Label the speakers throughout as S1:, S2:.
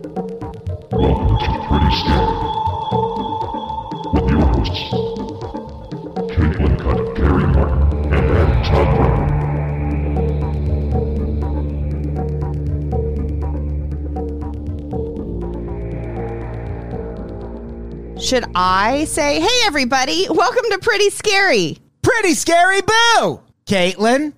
S1: Welcome to the Pretty Scary with your hosts, Caitlin Cutt, Gary Martin, and Adam Todd Martin.
S2: Should I say, hey, everybody, welcome to Pretty Scary?
S3: Pretty scary boo, Caitlin.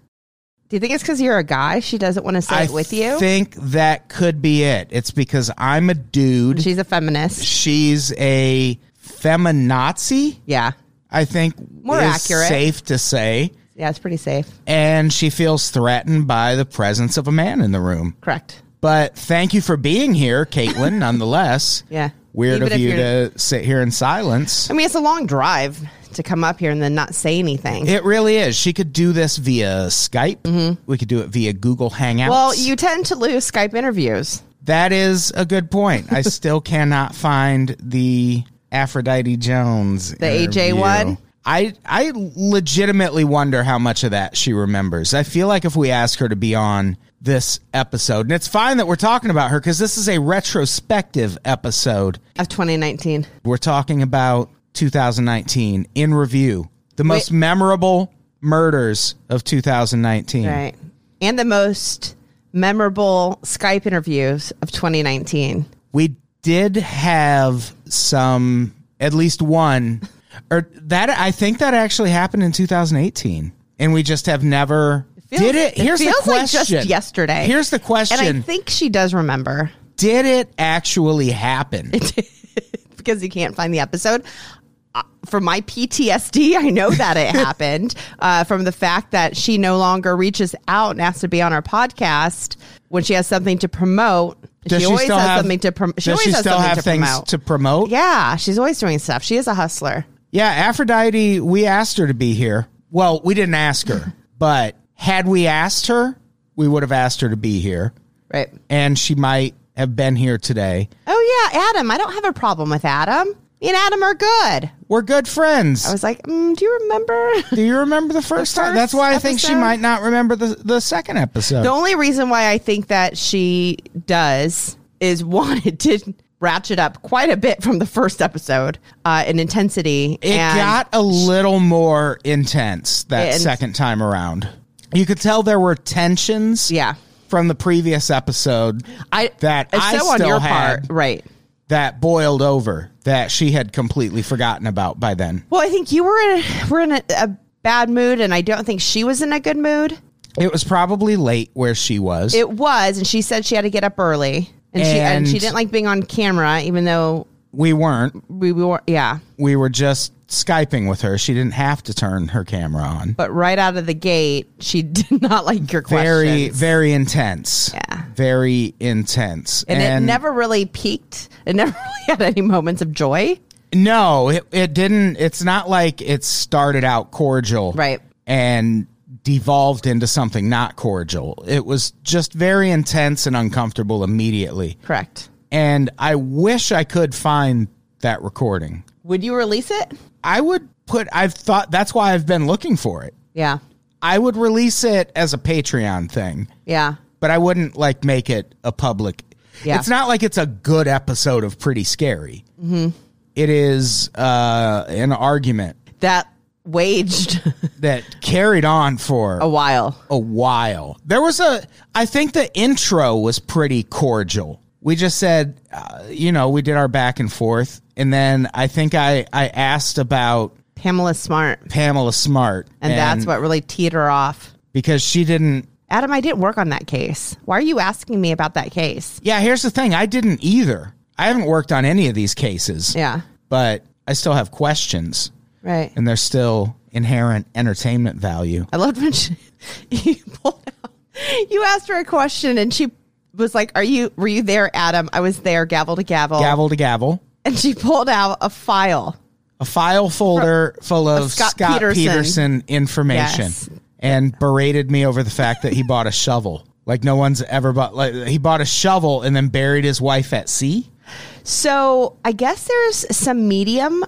S2: Do you think it's because you're a guy? She doesn't want to say it with you?
S3: think that could be it. It's because I'm a dude.
S2: She's a feminist.
S3: She's a feminazi.
S2: Yeah.
S3: I think
S2: More
S3: is
S2: accurate.
S3: Safe to say,
S2: Yeah, it's pretty safe.
S3: and she feels threatened by the presence of a man in the room.
S2: Correct.
S3: But thank you for being here, Caitlin. nonetheless,
S2: Yeah.
S3: Weird
S2: Even
S3: of
S2: if
S3: you
S2: you're-
S3: to sit here in silence.
S2: I mean, it's a long drive to come up here and then not say anything.
S3: It really is. She could do this via Skype. We could do it via Google Hangouts.
S2: Mm-hmm. well, you tend to lose Skype interviews.
S3: That is a good point. I still cannot find the Aphrodite Jones. The
S2: AJ one?
S3: I I legitimately wonder how much of that she remembers. I feel like if we ask her to be on this episode, and it's fine that we're talking about her because this is a retrospective episode.
S2: Of 2019.
S3: We're talking about 2019 in review, the most memorable murders of 2019.
S2: Right. And the most memorable Skype interviews of 2019.
S3: we did have some at least one or that i think that actually happened in 2018 and we just have never
S2: feels-
S3: did it
S2: it
S3: here's
S2: feels
S3: the
S2: like just
S3: question
S2: yesterday.
S3: here's the
S2: And
S3: question
S2: I think she does remember
S3: did it actually happen
S2: because you can't find the episode. Uh, From my PTSD, I know that it happened. Uh, from the fact that she no longer reaches out and asks to be on our podcast when she has something to promote. she, always has something to promote.
S3: does she still have things to promote
S2: yeah, she's always doing stuff. She is a hustler.
S3: Yeah, Aphrodite, we asked her to be here. Well, we didn't ask her, but had we asked her, we would have asked her to be here
S2: Right.
S3: and she might have been here today.
S2: Oh, yeah, Adam. I don't have a problem with Adam. Me and Adam are good.
S3: We're good friends.
S2: I was like, mm, do you remember?
S3: Do you remember the first, time?
S2: first
S3: That's why I think she
S2: episode?
S3: might not remember the the second episode.
S2: The only reason why I think that she does is one, it did ratchet up quite a bit from the first episode uh, in intensity.
S3: it
S2: and
S3: got a little more intense that
S2: And-
S3: second time around. You could tell there were tensions
S2: yeah,
S3: from the previous episode
S2: I
S3: that
S2: it's
S3: I
S2: so
S3: still
S2: on your
S3: had
S2: part, right?
S3: that boiled over that she had completely forgotten about by then.
S2: Well, I think you were in a, were in a, a bad mood, and I don't think she was in a good mood.
S3: It was probably late where she was.
S2: It was, and she said she had to get up early, and, she and
S3: And-
S2: she didn't like being on camera, even though
S3: we weren't.
S2: we, we were yeah.
S3: We were just Skyping with her. She didn't have to turn her camera on.
S2: But right out of the gate, she did not like your
S3: very
S2: questions.
S3: very intense
S2: Yeah.
S3: very intense
S2: and, it never really peaked. It never really had any moments of joy.
S3: no it, it didn't it's not like it started out cordial
S2: Right.
S3: and devolved into something not cordial it was just very intense and uncomfortable immediately
S2: Correct.
S3: and i wish i could find that recording
S2: Would you release it?
S3: i would put i've thought that's why i've been looking for it
S2: Yeah.
S3: i would release it as a patreon thing
S2: Yeah.
S3: but I wouldn't like make it a public.
S2: Yeah.
S3: It's not like it's a good episode of Pretty Scary. Mm-hmm. is uh, an argument
S2: That waged
S3: that carried on for
S2: a while.
S3: a while. There was a, I think the intro was pretty cordial. We just said, uh, you know, we did our back and forth, and then I think I I asked about
S2: Pamela's smart.
S3: Pamela Smart,
S2: And, that's what really teed her off.
S3: because she didn't
S2: Adam, I didn't work on that case. Why are you asking me about that case?
S3: Yeah, here's the thing. I didn't either. I haven't worked on any of these cases.
S2: Yeah.
S3: But I still have questions
S2: Right.
S3: and there's still inherent entertainment value.
S2: I loved when she, you pulled out. You asked her a question and she was like, "Are you? Were you there, Adam? I was there, gavel to gavel."
S3: Gavel to gavel.
S2: And she pulled out a file.
S3: A file folder full of
S2: Scott
S3: Scott,
S2: Peterson.
S3: Peterson. information
S2: Yes.
S3: and berated me over the fact that he bought a shovel. Like no one's ever bought like he bought a shovel and then buried his wife at sea.
S2: So I guess there's some medium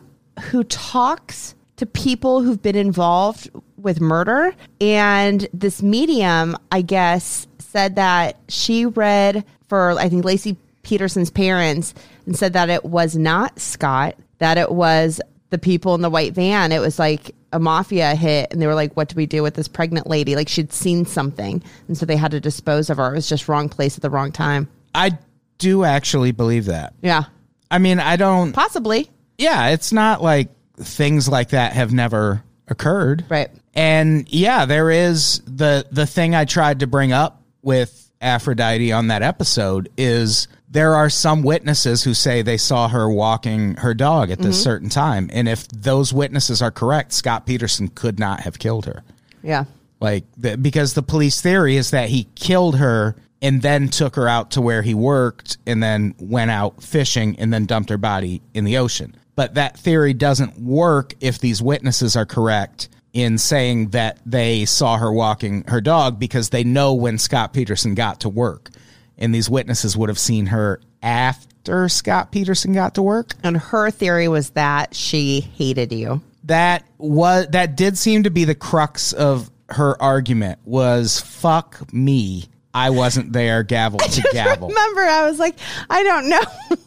S2: who talks to people who've been involved with murder. And this medium, I guess, said that she read for, I think, Lacey Peterson's parents and said that it was not Scott, that it was the people in the white van. It was like a mafia hit. And they were like, what do we do with this pregnant lady? Like she'd seen something. And so they had to dispose of her. It was just wrong place at the wrong time.
S3: I do actually believe that.
S2: Yeah.
S3: I mean, I don't
S2: Possibly.
S3: yeah, it's not like things like that have never occurred.
S2: Right.
S3: And yeah, there is the the thing I tried to bring up with Aphrodite on that episode is there are some witnesses who say they saw her walking her dog at this certain time and if those witnesses are correct, Scott Peterson could not have killed her.
S2: Yeah.
S3: Like the, because the police theory is that he killed her and then took her out to where he worked and then went out fishing and then dumped her body in the ocean. But that theory doesn't work if these witnesses are correct in saying that they saw her walking her dog because they know when Scott Peterson got to work. And these witnesses would have seen her after Scott Peterson got to work.
S2: And her theory was that she hated you.
S3: that was that did seem to be the crux of her argument was fuck me i wasn't there gavel to gavel
S2: Remember, I was like, I don't know.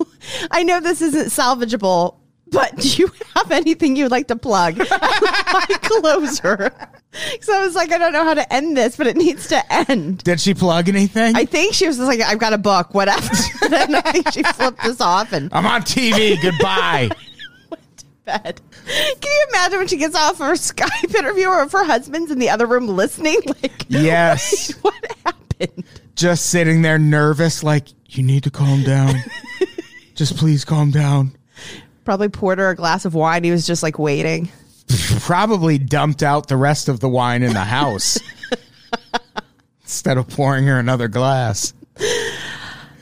S2: I know this isn't salvageable, but do you have anything you'd like to plug? My closer. So I was like, I don't know how to end this, but it needs to end.
S3: did she plug anything
S2: I
S3: I,
S2: think she was just like, I've got a book, whatever. then I think she flipped this off and
S3: am on tv goodbye
S2: went to bed. Can you imagine when she gets off her Skype interview or if her husband's in the other room listening? Like,
S3: Yes.
S2: what happened?
S3: just sitting there nervous like you need to calm down just please calm down
S2: Probably poured her a glass of wine. He was just like waiting.
S3: probably dumped out the rest of the wine in the house instead of pouring her another glass.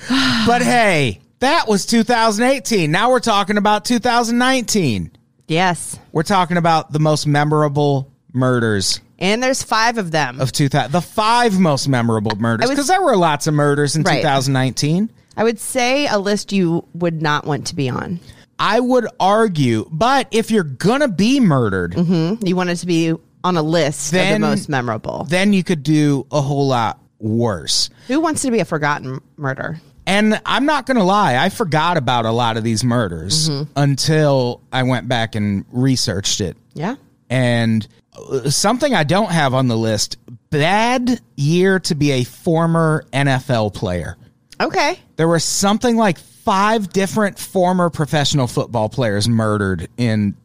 S3: But hey, that was 2018. Now we're talking about 2019.
S2: Yes.
S3: We're talking about the most memorable murders
S2: And there's five of them.
S3: of 2000, the five most memorable murders,
S2: I was-
S3: because there were lots of murders in
S2: Right.
S3: 2019.
S2: I would say a list you would not want to be on.
S3: I would argue, but if you're gonna be murdered,
S2: Hmm? You want it to be on a list of
S3: Then-
S2: the most memorable.
S3: then you could do a whole lot worse.
S2: Who wants to be a forgotten murder?
S3: And I'm not going to lie, I forgot about a lot of these murders until I went back and researched it.
S2: Yeah.
S3: And uh, something I don't have on the list bad year to be a former NFL player.
S2: Okay.
S3: There were something like five different former professional football players murdered in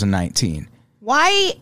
S3: 2019.
S2: Why?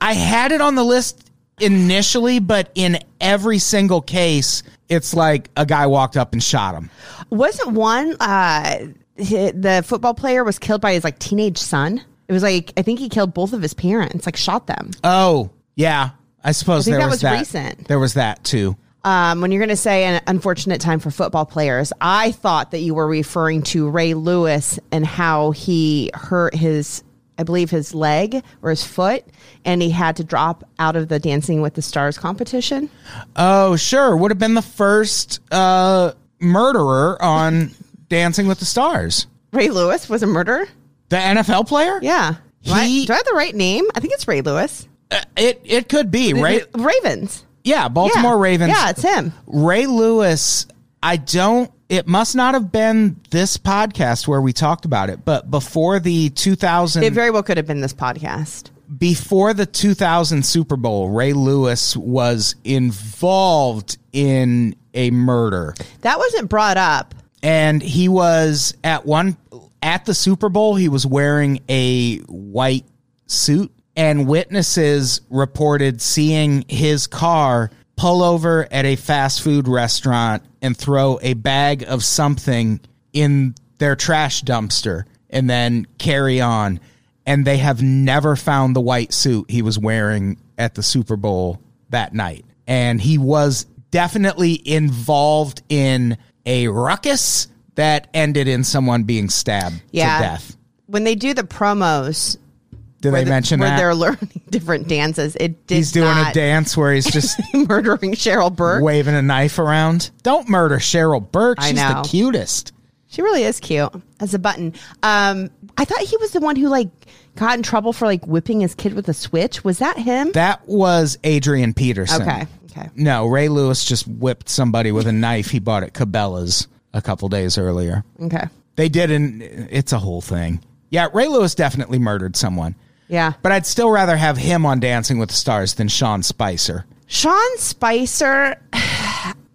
S3: I had it on the list initially, but in every single case, it's like a guy walked up and shot him.
S2: Wasn't one, uh, hi- the football player was killed by his like teenage son? It was like, I think he killed both of his parents, like shot them.
S3: Oh, yeah. I suppose
S2: think
S3: there
S2: that
S3: was
S2: was
S3: that.
S2: recent.
S3: There was that too.
S2: um, when you're going to say an unfortunate time for football players, I thought that you were referring to Ray Lewis and how he hurt his, I believe, his leg or his foot, and he had to drop out of the Dancing with the Stars competition.
S3: Oh, sure. Would have been the first uh, murderer on Dancing with the Stars.
S2: Ray Lewis was a murderer?
S3: The NFL player?
S2: Yeah. Do, I,
S3: He-
S2: do I have the right name? I think it's Ray Lewis.
S3: Uh, it it could be, right?
S2: Ravens.
S3: Yeah,
S2: Yeah.
S3: Baltimore Ravens.
S2: Yeah, it's him.
S3: Ray Lewis, I don't, it must not have been this podcast where we talked about it, but before the 2000,
S2: It very well could have been this podcast.
S3: before the 2000 Super Bowl, Ray Lewis was involved in a murder.
S2: That wasn't brought up.
S3: And he was at one, at the Super Bowl, he was wearing a white suit. And witnesses reported seeing his car pull over at a fast food restaurant and throw a bag of something in their trash dumpster and then carry on. And they have never found the white suit he was wearing at the Super Bowl that night. And he was definitely involved in a ruckus that ended in someone being stabbed
S2: Yeah.
S3: to death.
S2: When they do the promos,
S3: Did
S2: where
S3: they
S2: the-
S3: mention
S2: where
S3: that?
S2: they're learning different dances, it did
S3: He's doing a
S2: not
S3: dance where he's just
S2: murdering Cheryl Burke.
S3: waving a knife around. Don't murder Cheryl Burke.
S2: I
S3: She's
S2: know.
S3: the cutest.
S2: She really is cute as a button. Um, I thought he was the one who like got in trouble for like whipping his kid with a switch. Was that him?
S3: That was Adrian Peterson.
S2: okay. Okay.
S3: No, Ray Lewis just whipped somebody with a knife he bought at Cabela's a couple days earlier.
S2: Okay.
S3: They did, and it's a whole thing. Yeah, Ray Lewis definitely murdered someone.
S2: Yeah.
S3: But I'd still rather have him on Dancing with the Stars than Sean Spicer.
S2: Sean Spicer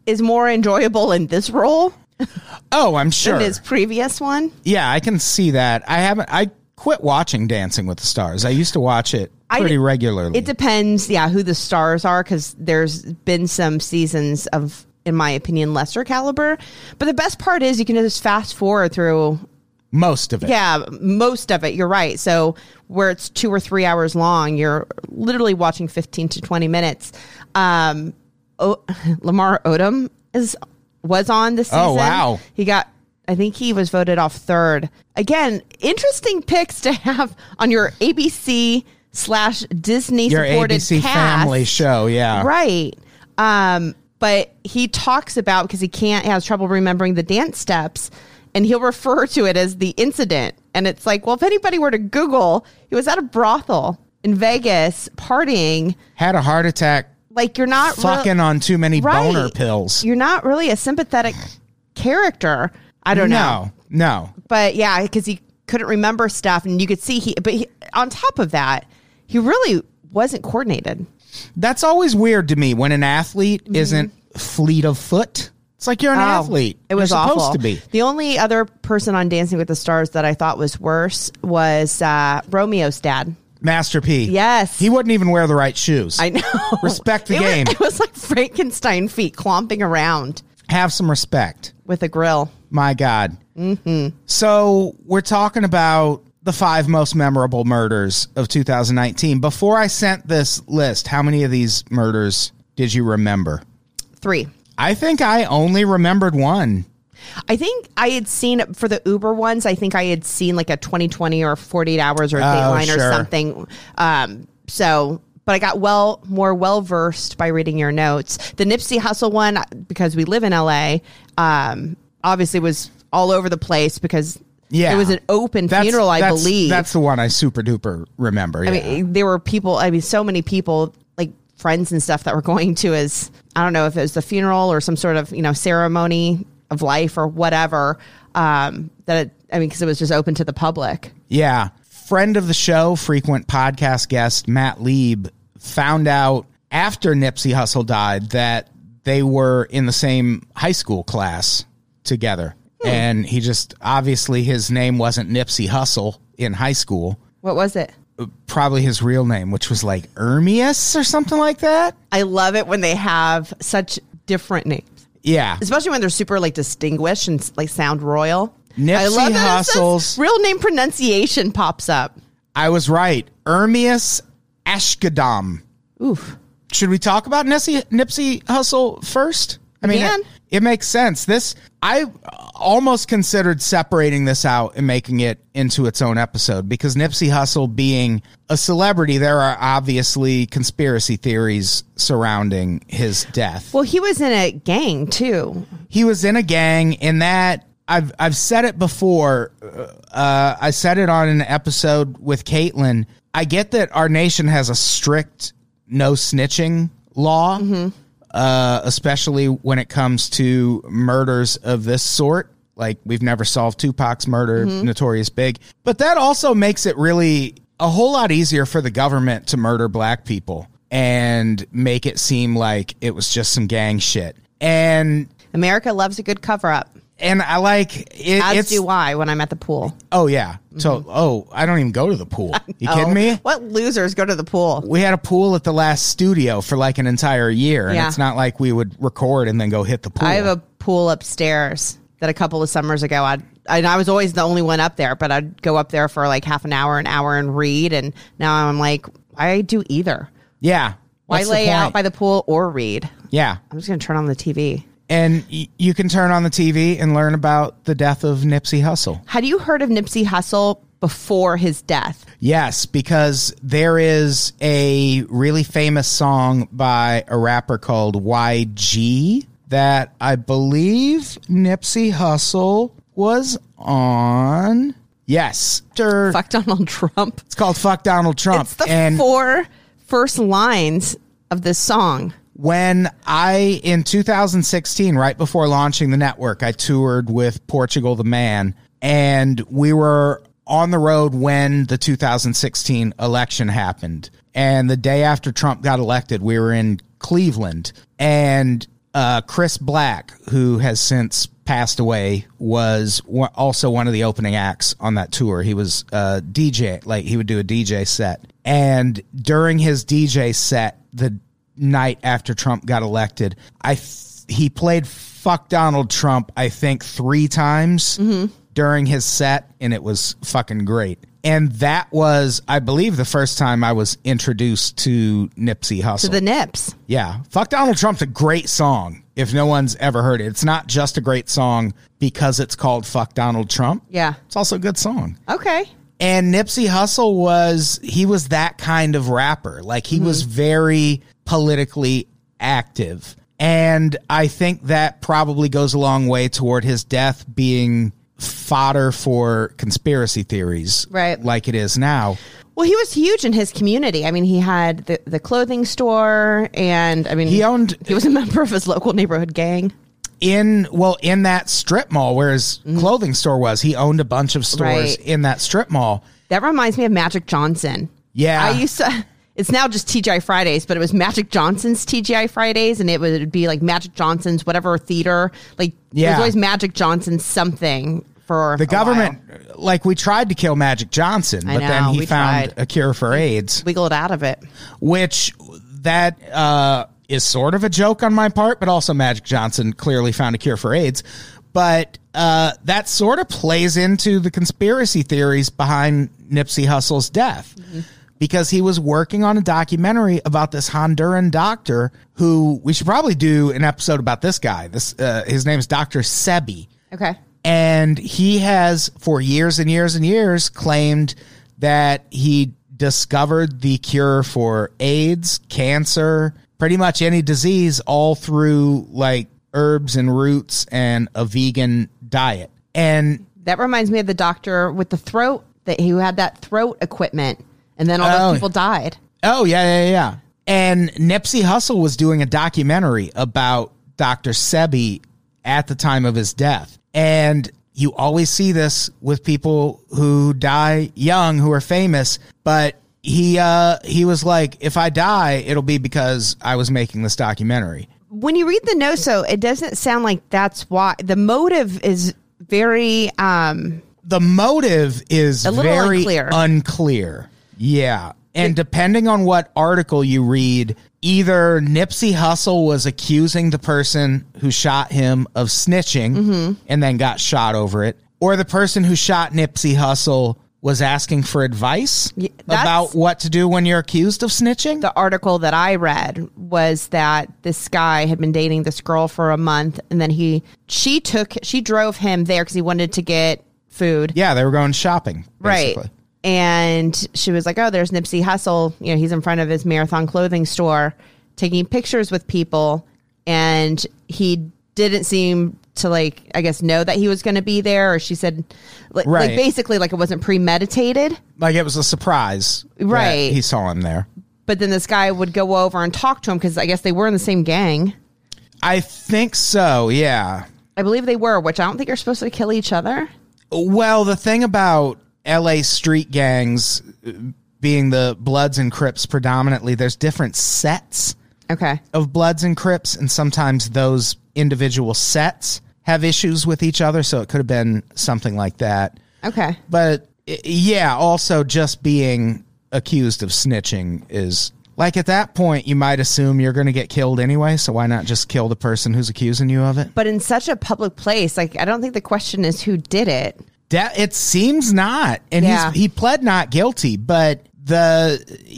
S2: is more enjoyable in this role
S3: Oh, I'm sure.
S2: than his previous one.
S3: Yeah, I can see that. I haven't. I quit watching Dancing with the Stars. I used to watch it
S2: I-
S3: pretty regularly.
S2: It depends, yeah, who the stars are because there's been some seasons of, in my opinion, lesser caliber. But the best part is you can just fast forward through
S3: Most of it.
S2: Yeah, most of it. You're right. So where it's two or three hours long, you're literally watching 15 to 20 minutes. Um, o- Lamar Odom is was on this season.
S3: Oh, wow.
S2: He got. I think he was voted off third. Again, interesting picks to have on your ABC slash Disney
S3: Your
S2: supported
S3: ABC
S2: cast.
S3: family show. Yeah.
S2: Right. Um, but he talks about because he can't he has trouble remembering the dance steps, and he'll refer to it as the incident. And it's like, well, if anybody were to Google, he was at a brothel in Vegas partying.
S3: Had a heart attack
S2: Like you're not real-
S3: fucking on too many
S2: right.
S3: boner pills.
S2: You're not really a sympathetic character. I don't know
S3: no, no.
S2: but yeah, because he couldn't remember stuff, and you could see he. But he, on top of that, he really wasn't coordinated.
S3: That's always weird to me when an athlete isn't fleet of foot. It's like you're an
S2: Mm-hmm. Oh,
S3: athlete.
S2: It was
S3: you're
S2: awful.
S3: supposed to be.
S2: The only other person on Dancing with the Stars that I thought was worse was uh, Romeo's dad.
S3: Master P.
S2: Yes.
S3: He wouldn't even wear the right shoes.
S2: I know.
S3: Respect the
S2: It was-
S3: game.
S2: it was like Frankenstein feet clomping around
S3: Have some respect.
S2: with a grill.
S3: My God. Mm-hmm. So we're talking about the five most memorable murders of 2019. Before I sent this list, how many of these murders did you remember?
S2: Three.
S3: I think I only remembered one.
S2: I think I had seen for the Uber ones. I think I had seen like a 2020 or 48 hours or Dateline
S3: Oh, sure.
S2: or something. Um, so, but I got well more well versed by reading your notes. The Nipsey Hustle one because we live in LA. Um, obviously was all over the place because
S3: Yeah.
S2: it was an open
S3: That's-
S2: funeral, I
S3: that's-
S2: believe.
S3: That's the one I super duper remember.
S2: I
S3: yeah.
S2: mean, there were people. I mean, so many people, like friends and stuff, that were going to his. I don't know if it was the funeral or some sort of you know ceremony of life or whatever. Um, that it, I mean, because it was just open to the public.
S3: Yeah. Friend of the show, frequent podcast guest Matt Lieb found out after Nipsey Hussle died that they were in the same high school class together. And he just obviously his name wasn't Nipsey Hussle in high school,
S2: What was it?
S3: probably his real name, which was like Ermius or something like that.
S2: I love it when they have such different names,
S3: Yeah.
S2: especially when they're super like distinguished and like sound royal. I
S3: Nipsey
S2: love that it says
S3: Hussle's-
S2: real name pronunciation pops up.
S3: I was right. Ermius Ashkadam.
S2: Oof.
S3: should we talk about Nipsey, Nipsey Hustle first? I mean,
S2: can.
S3: it, it makes sense. This I uh, almost considered separating this out and making it into its own episode because Nipsey Hustle being a celebrity, there are obviously conspiracy theories surrounding his death.
S2: Well, he was in a gang too.
S3: he was in a gang, and that I've I've said it before. Uh, I said it on an episode with Caitlin. I get that our nation has a strict no snitching law uh, especially when it comes to murders of this sort. Like we've never solved Tupac's murder, Notorious Big, but that also makes it really a whole lot easier for the government to murder black people and make it seem like it was just some gang shit. And
S2: America loves a good cover up.
S3: and I like it,
S2: As
S3: it's
S2: do Mm-hmm. I when I'm at the pool.
S3: oh yeah. So oh, I don't even go to the pool. You kidding
S2: Oh,
S3: me?
S2: What losers go to the pool?
S3: we had a pool at the last studio for like an entire year, and
S2: Yeah.
S3: it's not like we would record and then go hit the pool.
S2: I have a pool upstairs that a couple of summers ago I and I was always the only one up there, but I'd go up there for like half an hour, an hour, and read. And now I'm like, I do either.
S3: yeah.
S2: Why
S3: What's the
S2: lay
S3: point?
S2: out by the pool or read?
S3: Yeah.
S2: I'm just going to turn on the TV.
S3: And y- you can turn on the TV and learn about the death of Nipsey Hussle.
S2: Had you heard of Nipsey Hussle before his death?
S3: Yes, because there is a really famous song by a rapper called YG that I believe Nipsey Hussle was on. Yes. After-
S2: Fuck Donald Trump.
S3: It's called Fuck Donald Trump.
S2: It's the
S3: Um, and
S2: four first lines of this song.
S3: when I, in 2016, right before launching the network, I toured with Portugal the Man, and we were on the road when the 2016 election happened. And the day after Trump got elected, we were in Cleveland, and uh, Chris Black, who has since passed away, was wa- also one of the opening acts on that tour. He was uh, DJ, like he would do a DJ set. And during his DJ set, the night after Trump got elected. I th- he played fuck Donald Trump I think 3 times
S2: Mm-hmm.
S3: during his set and it was fucking great. And that was I believe the first time I was introduced to Nipsey Hussle.
S2: The Nips.
S3: Yeah. Fuck Donald Trump's a great song if no one's ever heard it. It's not just a great song because it's called Fuck Donald Trump.
S2: Yeah.
S3: It's also a good song.
S2: Okay.
S3: And Nipsey Hussle was he was that kind of rapper. Like he was
S2: Mm-hmm.
S3: very politically active. And I think that probably goes a long way toward his death being fodder for conspiracy theories.
S2: Right.
S3: Like it is now.
S2: Well, he was huge in his community. I mean, he had the, the clothing store, and I mean,
S3: He owned-
S2: He was a member of his local neighborhood gang.
S3: in well in that strip mall where his clothing store was he owned a bunch of stores
S2: Mm-hmm. Right.
S3: in that strip mall
S2: That reminds me of Magic Johnson.
S3: Yeah.
S2: I used to. It's now just TGI Fridays, but it was Magic Johnson's TGI Fridays, and it would be like Magic Johnson's whatever theater. Like, yeah.
S3: Yeah.
S2: there's always Magic Johnson something for
S3: the
S2: a
S3: government
S2: while.
S3: like we tried to kill magic johnson
S2: I
S3: but then
S2: know,
S3: he
S2: we
S3: found
S2: tried.
S3: a cure for aids
S2: wiggled out of it.
S3: which that uh is sort of a joke on my part but also magic johnson clearly found a cure for aids but uh that sort of plays into the conspiracy theories behind nipsey hussle's death because he was working on a documentary about this honduran doctor who we should probably do an episode about this guy this uh, his name is dr sebi
S2: Okay.
S3: and he has for years and years and years claimed that he discovered the cure for AIDS, cancer, pretty much any disease all through like herbs and roots and a vegan diet. And
S2: That reminds me of the doctor with the throat that he had that throat equipment, and then all
S3: Oh.
S2: those people died.
S3: oh yeah, yeah, yeah. And Nipsey Hussle was doing a documentary about Dr. Sebi at the time of his death. And you always see this with people who die young who are famous, but he uh he was like if I die it'll be because I was making this documentary.
S2: when you read the no so it doesn't sound like that's why the motive is very um
S3: the motive is
S2: A little
S3: very unclear.
S2: unclear.
S3: Yeah. And depending on what article you read, either Nipsey Hussle was accusing the person who shot him of snitching
S2: Mm-hmm.
S3: and then got shot over it, or the person who shot Nipsey Hussle was asking for advice
S2: that's-
S3: about what to do when you're accused of snitching.
S2: the article that i read was that this guy had been dating this girl for a month and then he she took she drove him there because he wanted to get food
S3: yeah, they were going shopping.
S2: right
S3: basically.
S2: and she was like oh there's nipsey hussle you know he's in front of his marathon clothing store taking pictures with people and he didn't seem to like i guess know that he was going to be there or she said like,
S3: Right.
S2: like basically like it wasn't premeditated
S3: Like it was a surprise. that
S2: Right.
S3: He saw him there.
S2: but then this guy would go over and talk to him because i guess they were in the same gang
S3: I think so. Yeah.
S2: i believe they were which i don't think you're supposed to kill each other
S3: Well, the thing about LA street gangs uh, being the Bloods and Crips predominantly, there's different sets
S2: okay
S3: of Bloods and Crips, and sometimes those individual sets have issues with each other. So it could have been something like that.
S2: okay
S3: But i- yeah, also just being accused of snitching is like at that point, you might assume you're going to get killed anyway. So why not just kill the person who's accusing you of it?
S2: but in such a public place like i don't think the question is who did it
S3: That it seems not, and
S2: Yeah.
S3: he's, he pled not guilty. But the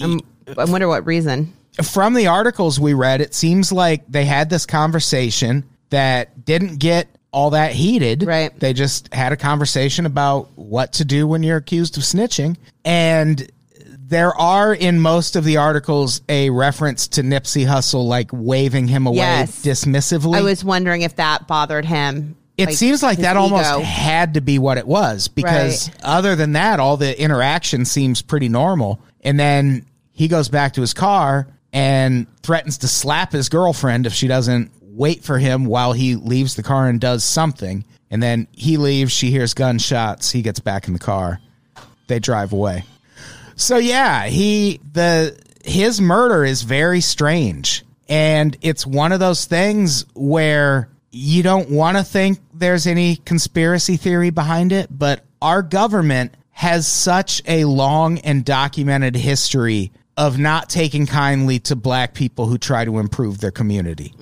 S2: Um, i wonder what reason
S3: from the articles we read, it seems like they had this conversation that didn't get all that heated.
S2: Right.
S3: They just had a conversation about what to do when you're accused of snitching. And there are in most of the articles a reference to Nipsey Hussle like waving him away
S2: Yes.
S3: dismissively.
S2: I was wondering if that bothered him.
S3: It seems like
S2: his
S3: that
S2: ego.
S3: almost had to be what it was because
S2: Right.
S3: other than that, all the interaction seems pretty normal. And then he goes back to his car and threatens to slap his girlfriend if she doesn't wait for him while he leaves the car and does something. And then he leaves, she hears gunshots, he gets back in the car, they drive away. So yeah, he the his murder is very strange. And it's one of those things where you don't want to think there's any conspiracy theory behind it, but our government has such a long and documented history of not taking kindly to black people who try to improve their community.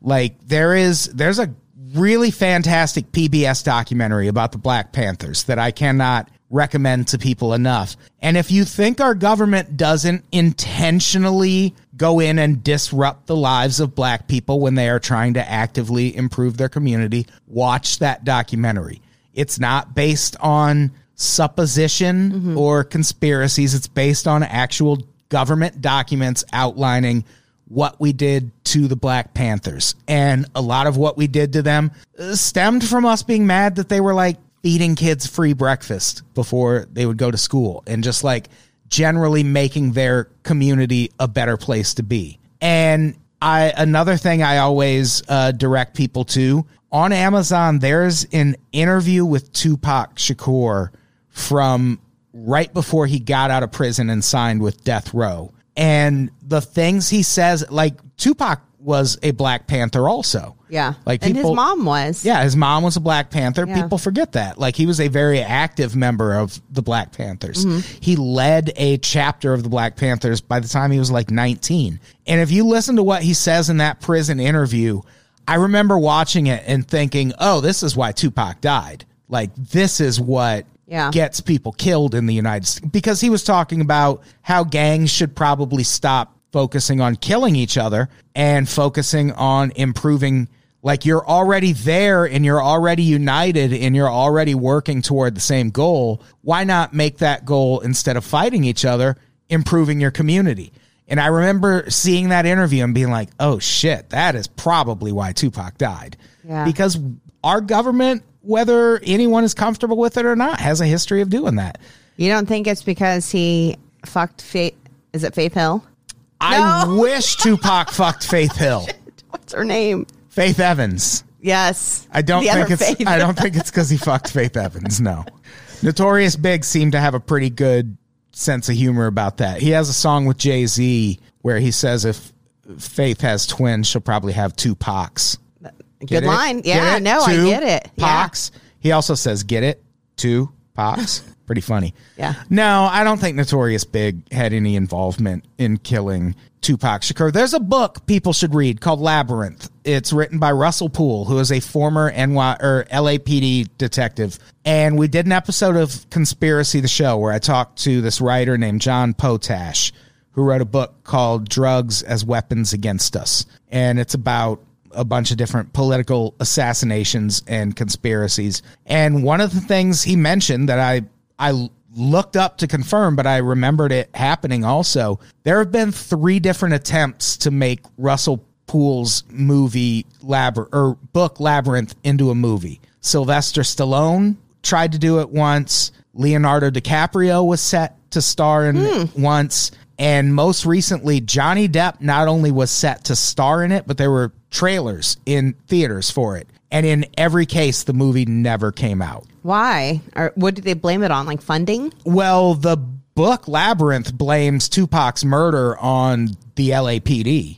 S3: Like there is there's a really fantastic PBS documentary about the Black Panthers that I cannot recommend to people enough. And if you think our government doesn't intentionally go in and disrupt the lives of black people when they are trying to actively improve their community, watch that documentary. It's not based on supposition or conspiracies. It's based on actual government documents outlining what we did to the Black Panthers. And a lot of what we did to them uh, stemmed from us being mad that they were like feeding kids free breakfast before they would go to school and just like generally making their community a better place to be. And I another thing I always uh, direct people to on Amazon there's an interview with Tupac Shakur from right before he got out of prison and signed with Death Row. And the things he says, like Tupac was a Black Panther also.
S2: Yeah.
S3: Like
S2: and
S3: people,
S2: his mom was.
S3: Yeah, his mom was a Black Panther.
S2: Yeah.
S3: People forget that. Like he was a very active member of the Black Panthers.
S2: Mm-hmm.
S3: He led a chapter of the Black Panthers by the time he was like 19. And if you listen to what he says in that prison interview, I remember watching it and thinking, "Oh, this is why Tupac died." Like this is what
S2: Yeah.
S3: gets people killed in the United States because he was talking about how gangs should probably stop focusing on killing each other and focusing on improving like you're already there and you're already united and you're already working toward the same goal why not make that goal instead of fighting each other improving your community and i remember seeing that interview and being like oh shit that is probably why tupac died
S2: Yeah.
S3: because because our government, whether anyone is comfortable with it or not, has a history of doing that.
S2: You don't think it's because he fucked Faith? Is it Faith Hill?
S3: I
S2: No.
S3: wish Tupac fucked Faith Hill,
S2: What's her name?
S3: Faith Evans.
S2: Yes.
S3: I don't
S2: The
S3: think
S2: other
S3: it's
S2: Faith.
S3: I don't think it's because he fucked Faith Evans. No, Notorious Big seemed to have a pretty good sense of humor about that. He has a song with Jay Z where he says if Faith has twins, she'll probably have two pox.
S2: Good line. Yeah,
S3: I
S2: no,
S3: know.
S2: I get it. Yeah.
S3: Pox. He also says, "Get it, two pox." Pretty funny.
S2: Yeah.
S3: No, I don't think Notorious Big had any involvement in killing Tupac Shakur. There's a book people should read called Labyrinth. It's written by Russell Poole, who is a former NY or LAPD detective. And we did an episode of Conspiracy the Show where I talked to this writer named John Potash, who wrote a book called Drugs as Weapons Against Us. And it's about a bunch of different political assassinations and conspiracies. And one of the things he mentioned that I I looked up to confirm, but I remembered it happening also. There have been three different attempts to make Russell Poole's movie labor or book Labyrinth into a movie. Sylvester Stallone tried to do it once. Leonardo DiCaprio was set to star in it once. And most recently, Johnny Depp not only was set to star in it, but there were trailers in theaters for it. And in every case, the movie never came out.
S2: Why? Or what did they blame it on? Like funding?
S3: Well, the book Labyrinth blames Tupac's murder on the LAPD,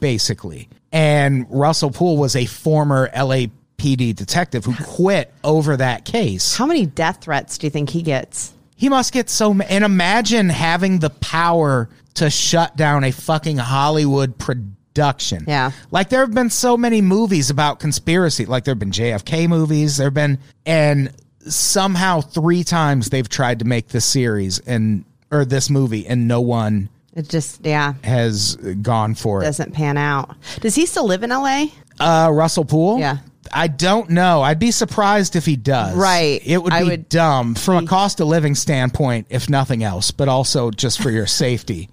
S3: basically. And Russell Poole was a former LAPD detective who quit over that case.
S2: How many death threats do you think he gets?
S3: He must get so. ma- And imagine having the power to shut down a fucking Hollywood production.
S2: Yeah.
S3: Like there have been so many movies about conspiracy. Like there have been JFK movies. There have been and somehow three times they've tried to make this series and or this movie and no one
S2: It just yeah
S3: has gone for it.
S2: doesn't pan out. Does he still live in L.A.?
S3: Uh, Russell Poole?
S2: Yeah.
S3: I don't know. I'd be surprised if he does.
S2: Right.
S3: It would be
S2: I would
S3: dumb from a cost of living standpoint, if nothing else, but also just for your safety.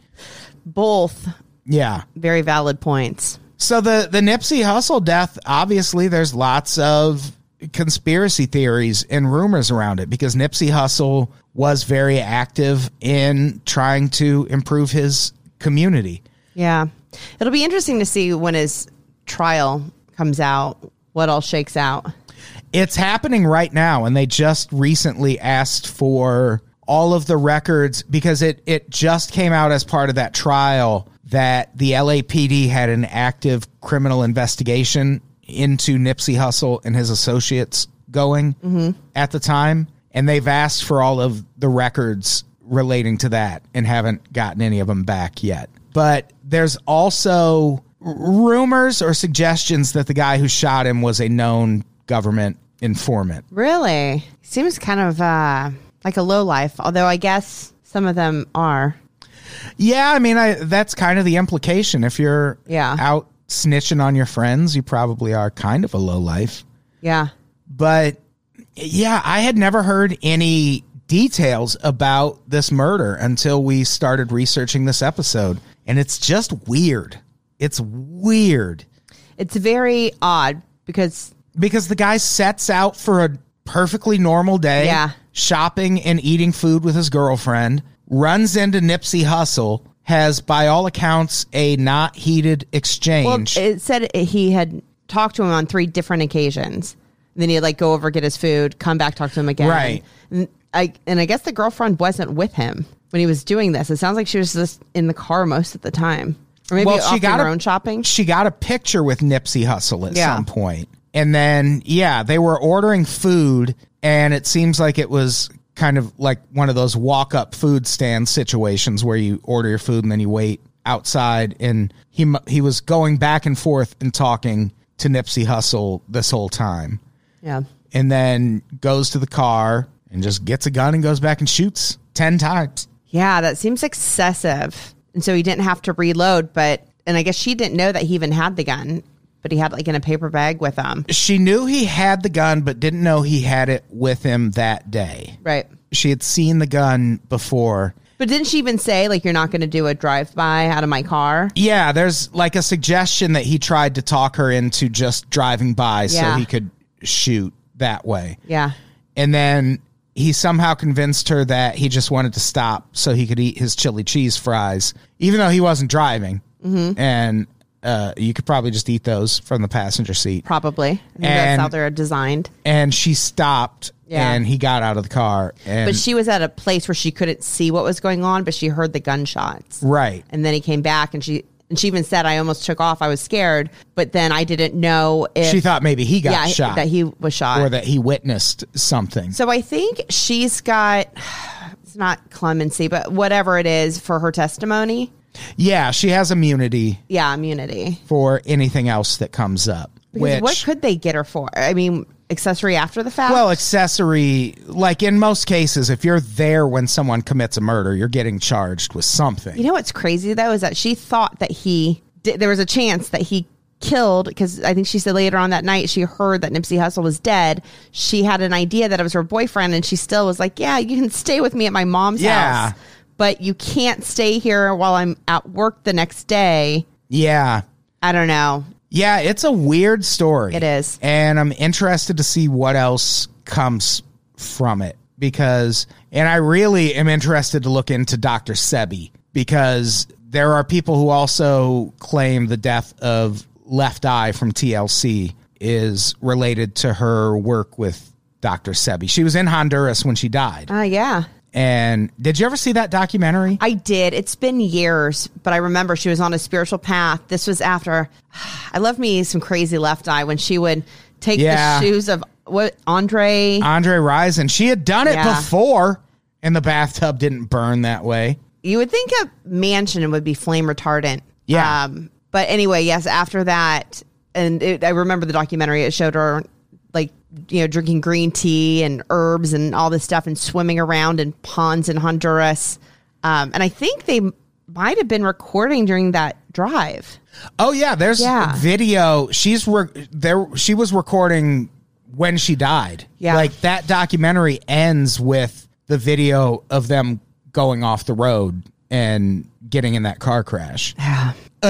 S2: Both
S3: Yeah.
S2: very valid points.
S3: So the the Nipsey Hussle death, obviously, there's lots of conspiracy theories and rumors around it because Nipsey Hussle was very active in trying to improve his community.
S2: Yeah, it'll be interesting to see when his trial comes out what all shakes out.
S3: It's happening right now, and they just recently asked for all of the records because it it just came out as part of that trial that the LAPD had an active criminal investigation into Nipsey Hussle and his associates going at the time, and they've asked for all of the records relating to that and haven't gotten any of them back yet. But there's also r- rumors or suggestions that the guy who shot him was a known government informant.
S2: Really, seems kind of uh, like a low life. Although I guess some of them are.
S3: Yeah, I mean, I that's kind of the implication. If you're
S2: Yeah.
S3: out snitching on your friends, you probably are kind of a low life.
S2: Yeah,
S3: But yeah, I had never heard any details about this murder until we started researching this episode, and it's just weird. It's weird
S2: it's very odd because
S3: because the guy sets out for a perfectly normal day,
S2: Yeah.
S3: shopping and eating food with his girlfriend, runs into Nipsey Hussle, has by all accounts a not heated
S2: well,
S3: exchange.
S2: it said he had talked to him on three different occasions. Then he'd like go over get his food, come back talk to him again.
S3: Right.
S2: And I and I guess the girlfriend wasn't with him when he was doing this. It sounds like she was just in the car most of the time, or maybe off doing her own shopping.
S3: She got a picture with Nipsey Hussle at
S2: Yeah.
S3: some point. And then yeah, they were ordering food and it seems like it was kind of like one of those walk up food stand situations where you order your food and then you wait outside and he mu- he was going back and forth and talking to Nipsey Hussle this whole time
S2: Yeah.
S3: and then goes to the car and just gets a gun and goes back and shoots 10 times.
S2: Yeah, that seems excessive. And so he didn't have to reload, but and I guess she didn't know that he even had the gun, but he had it, like in a paper bag with him.
S3: She knew he had the gun but didn't know he had it with him that day.
S2: Right.
S3: she had seen the gun before.
S2: But didn't she even say like you're not going to do a drive by out of my car?
S3: Yeah, there's like a suggestion that he tried to talk her into just driving by
S2: Yeah.
S3: so he could shoot that way.
S2: Yeah.
S3: And then he somehow convinced her that he just wanted to stop so he could eat his chili cheese fries, even though he wasn't driving.
S2: Mm-hmm.
S3: And uh, you could probably just eat those from the passenger seat.
S2: Probably. I think
S3: And-
S2: that's how they're designed.
S3: And she stopped
S2: Yeah.
S3: and he got out of the car. And,
S2: But she was at a place where she couldn't see what was going on, but she heard the gunshots.
S3: right.
S2: And then he came back and she and she even said I almost took off. I was scared, but then I didn't know if
S3: She thought maybe he got
S2: yeah,
S3: shot
S2: that he was shot.
S3: or that he witnessed something.
S2: So I think she's got it's not clemency, but whatever it is for her testimony.
S3: Yeah, she has immunity
S2: Yeah, immunity.
S3: for anything else that comes up.
S2: Because
S3: which,
S2: what could they get her for? I mean, accessory after the fact.
S3: well, accessory, like in most cases, if you're there when someone commits a murder, you're getting charged with something.
S2: you know what's crazy though is that she thought that he did, there was a chance that he killed because I think she said later on that night she heard that Nipsey Hussle was dead. She had an idea that it was her boyfriend, and she still was like, "Yeah, you can stay with me at my mom's
S3: Yeah.
S2: house, but you can't stay here while I'm at work the next day."
S3: yeah.
S2: I don't know.
S3: Yeah, it's a weird story.
S2: It is.
S3: And I'm interested to see what else comes from it because, and I really am interested to look into Dr. Sebi because there are people who also claim the death of Left Eye from TLC is related to her work with Dr. Sebi. She was in Honduras when she died.
S2: Oh yeah.
S3: And did you ever see that documentary?
S2: I did. It's been years, but I remember she was on a spiritual path. This was after I love me some crazy left eye when she would take
S3: Yeah.
S2: the shoes of what Andre.
S3: Andre Rison, she had done it
S2: Yeah.
S3: before and the bathtub didn't burn that way.
S2: you would think a mansion would be flame retardant.
S3: Yeah.
S2: Um, but anyway, yes, after that, and it, I remember the documentary, it showed her like, you know, drinking green tea and herbs and all this stuff and swimming around in ponds in Honduras. Um, and I think they might have been recording during that drive.
S3: Oh yeah, there's
S2: Yeah.
S3: video. She's re- there. She was recording when she died.
S2: Yeah.
S3: like that documentary ends with the video of them going off the road and getting in that car crash.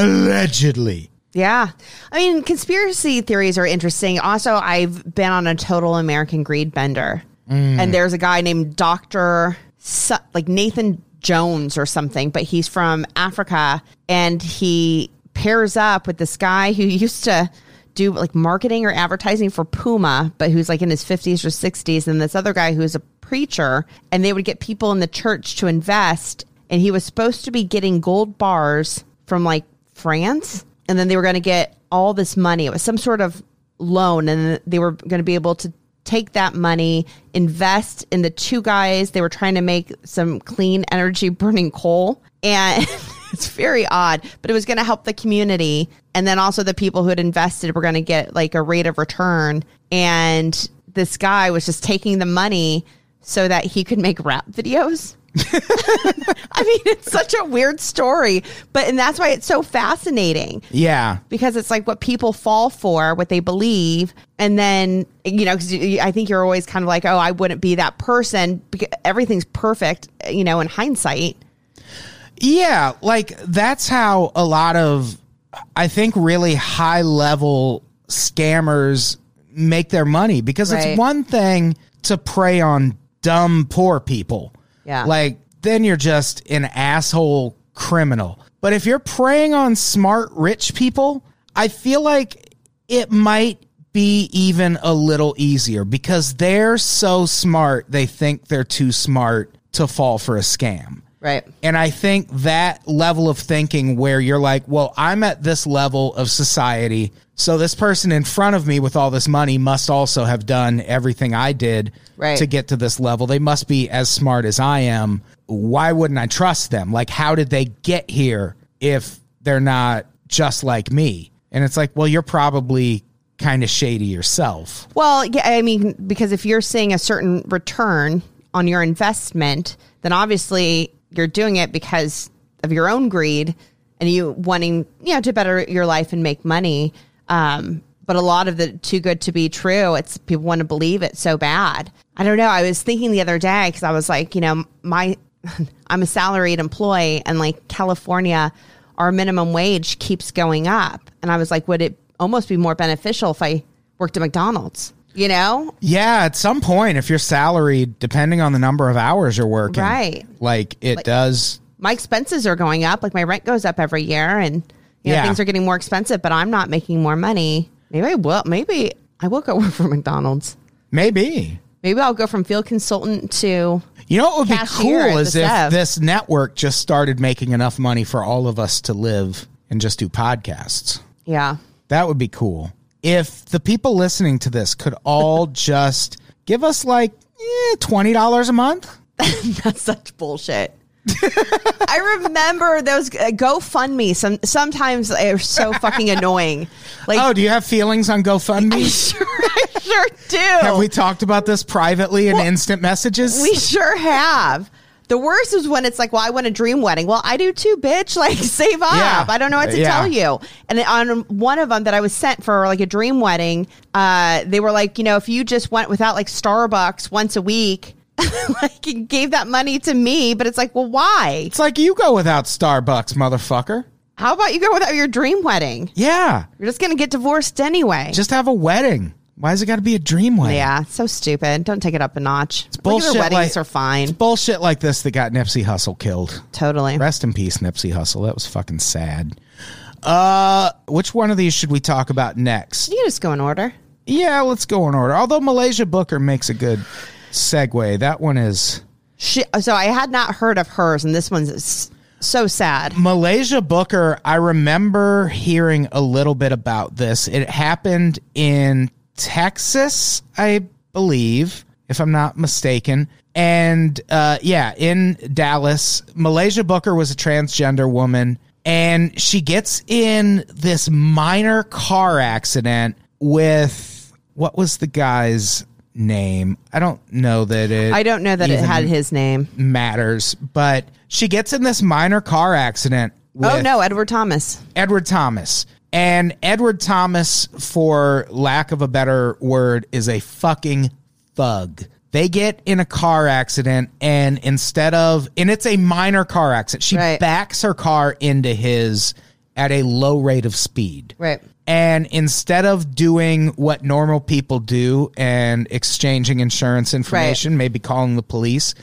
S3: Allegedly,
S2: Yeah. I mean, conspiracy theories are interesting. Also, I've been on a total American greed bender. And there's a guy named Dr. Su- like Nathan Jones or something, but he's from Africa and he pairs up with this guy who used to do like marketing or advertising for Puma, but who's like in his 50s or 60s, and this other guy who's a preacher, and they would get people in the church to invest. And he was supposed to be getting gold bars from like France, and then they were going to get all this money. It was some sort of loan, and they were going to be able to take that money, invest in the two guys. They were trying to make some clean energy burning coal. And it's very odd, but it was going to help the community. And then also the people who had invested were going to get like a rate of return. And this guy was just taking the money so that he could make rap videos. I mean, it's such a weird story, but and that's why it's so fascinating
S3: yeah.
S2: because it's like what people fall for, what they believe, and then you know, because I think you're always kind of like, oh, I wouldn't be that person. Because everything's perfect, you know, in hindsight.
S3: Yeah, like that's how a lot of I think really high level scammers make their money because
S2: Right.
S3: it's one thing to prey on dumb poor people.
S2: Yeah.
S3: Like then you're just an asshole criminal. But if you're preying on smart rich people, I feel like it might be even a little easier because they're so smart they think they're too smart to fall for a scam.
S2: Right.
S3: And I think that level of thinking where you're like, well, I'm at this level of society. So this person in front of me with all this money must also have done everything I did
S2: Right.
S3: to get to this level. They must be as smart as I am. Why wouldn't I trust them? Like, how did they get here if they're not just like me? And it's like, well, you're probably kind of shady yourself.
S2: Well, yeah, I mean, because if you're seeing a certain return on your investment, then obviously you're doing it because of your own greed and you wanting, you know, to better your life and make money. Um, but a lot of the too good to be true, it's people want to believe it so bad. I don't know. I was thinking the other day because I was like, you know, my I'm a salaried employee and like California, our minimum wage keeps going up. And I was like, would it almost be more beneficial if I worked at McDonald's? You know?
S3: Yeah, at some point, if you're salaried, depending on the number of hours you're working,
S2: Right.
S3: Like it does
S2: My expenses are going up. Like my rent goes up every year and you know,
S3: Yeah.
S2: things are getting more expensive, but I'm not making more money. Maybe I will maybe I will go work for McDonald's.
S3: Maybe.
S2: Maybe I'll go from field consultant to
S3: You know what would
S2: Cashier
S3: be
S2: at
S3: cool
S2: the
S3: is if
S2: Sev.
S3: this network just started making enough money for all of us to live and just do podcasts.
S2: yeah.
S3: That would be cool. If the people listening to this could all just give us like eh, $20 a month.
S2: That's such bullshit. I remember those uh, GoFundMe. Some sometimes they're so fucking annoying. Like
S3: Oh, do you have feelings on
S2: I
S3: GoFundMe?
S2: sure, I sure do.
S3: Have we talked about this privately in instant messages?
S2: We sure have. The worst is when it's like, well, I want a dream wedding. Well, I do too, bitch. Like, save up.
S3: Yeah.
S2: I don't know what to
S3: Yeah.
S2: tell you. And on one of them that I was sent for like a dream wedding, uh, they were like, you know, if you just went without like Starbucks once a week, like you gave that money to me. But it's like, well, why?
S3: it's like you go without Starbucks, motherfucker.
S2: How about you go without your dream wedding?
S3: Yeah.
S2: You're just going to get divorced anyway.
S3: Just have a wedding. Why has it got to be a dream wedding?
S2: yeah, so stupid. Don't take it up a notch. It's
S3: bullshit
S2: Weddings
S3: like-
S2: are fine.
S3: Bullshit like this that got Nipsey Hussle killed.
S2: Totally.
S3: Rest in peace, Nipsey Hussle. That was fucking sad. Uh, which one of these should we talk about next?
S2: You can just go in order.
S3: Yeah, let's go in order. Although Malaysia Booker makes a good segue. That one is
S2: She, so I had not heard of hers, and this one's s- so sad.
S3: Malaysia Booker. I remember hearing a little bit about this. It happened in Texas, I believe, if I'm not mistaken. And uh, yeah, in Dallas, Malaysia Booker was a transgender woman, and she gets in this minor car accident with what was the guy's name. I don't know that it.
S2: I don't know that it
S3: even
S2: had his name.
S3: matters, but she gets in this minor car accident. With
S2: Oh no, Edward Thomas.
S3: Edward Thomas. And Edward Thomas, for lack of a better word, is a fucking thug. They get in a car accident, and instead of, and it's a minor car accident, she
S2: Right.
S3: backs her car into his at a low rate of speed.
S2: Right.
S3: And instead of doing what normal people do and exchanging insurance information, maybe calling the police,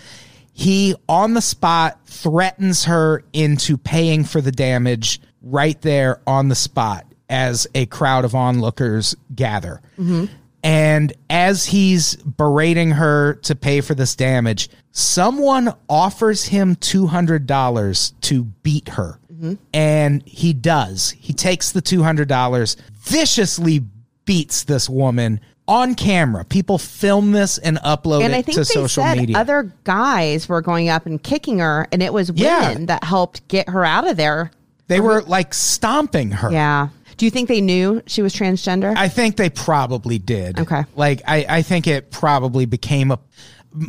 S3: he on the spot threatens her into paying for the damage right there on the spot as a crowd of onlookers gather. Mm-hmm. And as he's berating her to pay for this damage, someone offers him $200 to beat her. Mm-hmm. And he does. He takes the $200, viciously beats this woman on camera. People film this and upload
S2: And
S3: it
S2: I think
S3: to
S2: they
S3: social
S2: said
S3: media.
S2: other guys were going up and kicking her, and it was women
S3: Yeah.
S2: that helped get her out of there.
S3: they were like stomping her.
S2: Yeah. Do you think they knew she was transgender?
S3: I think they probably did.
S2: Okay.
S3: Like I, I think it probably became a.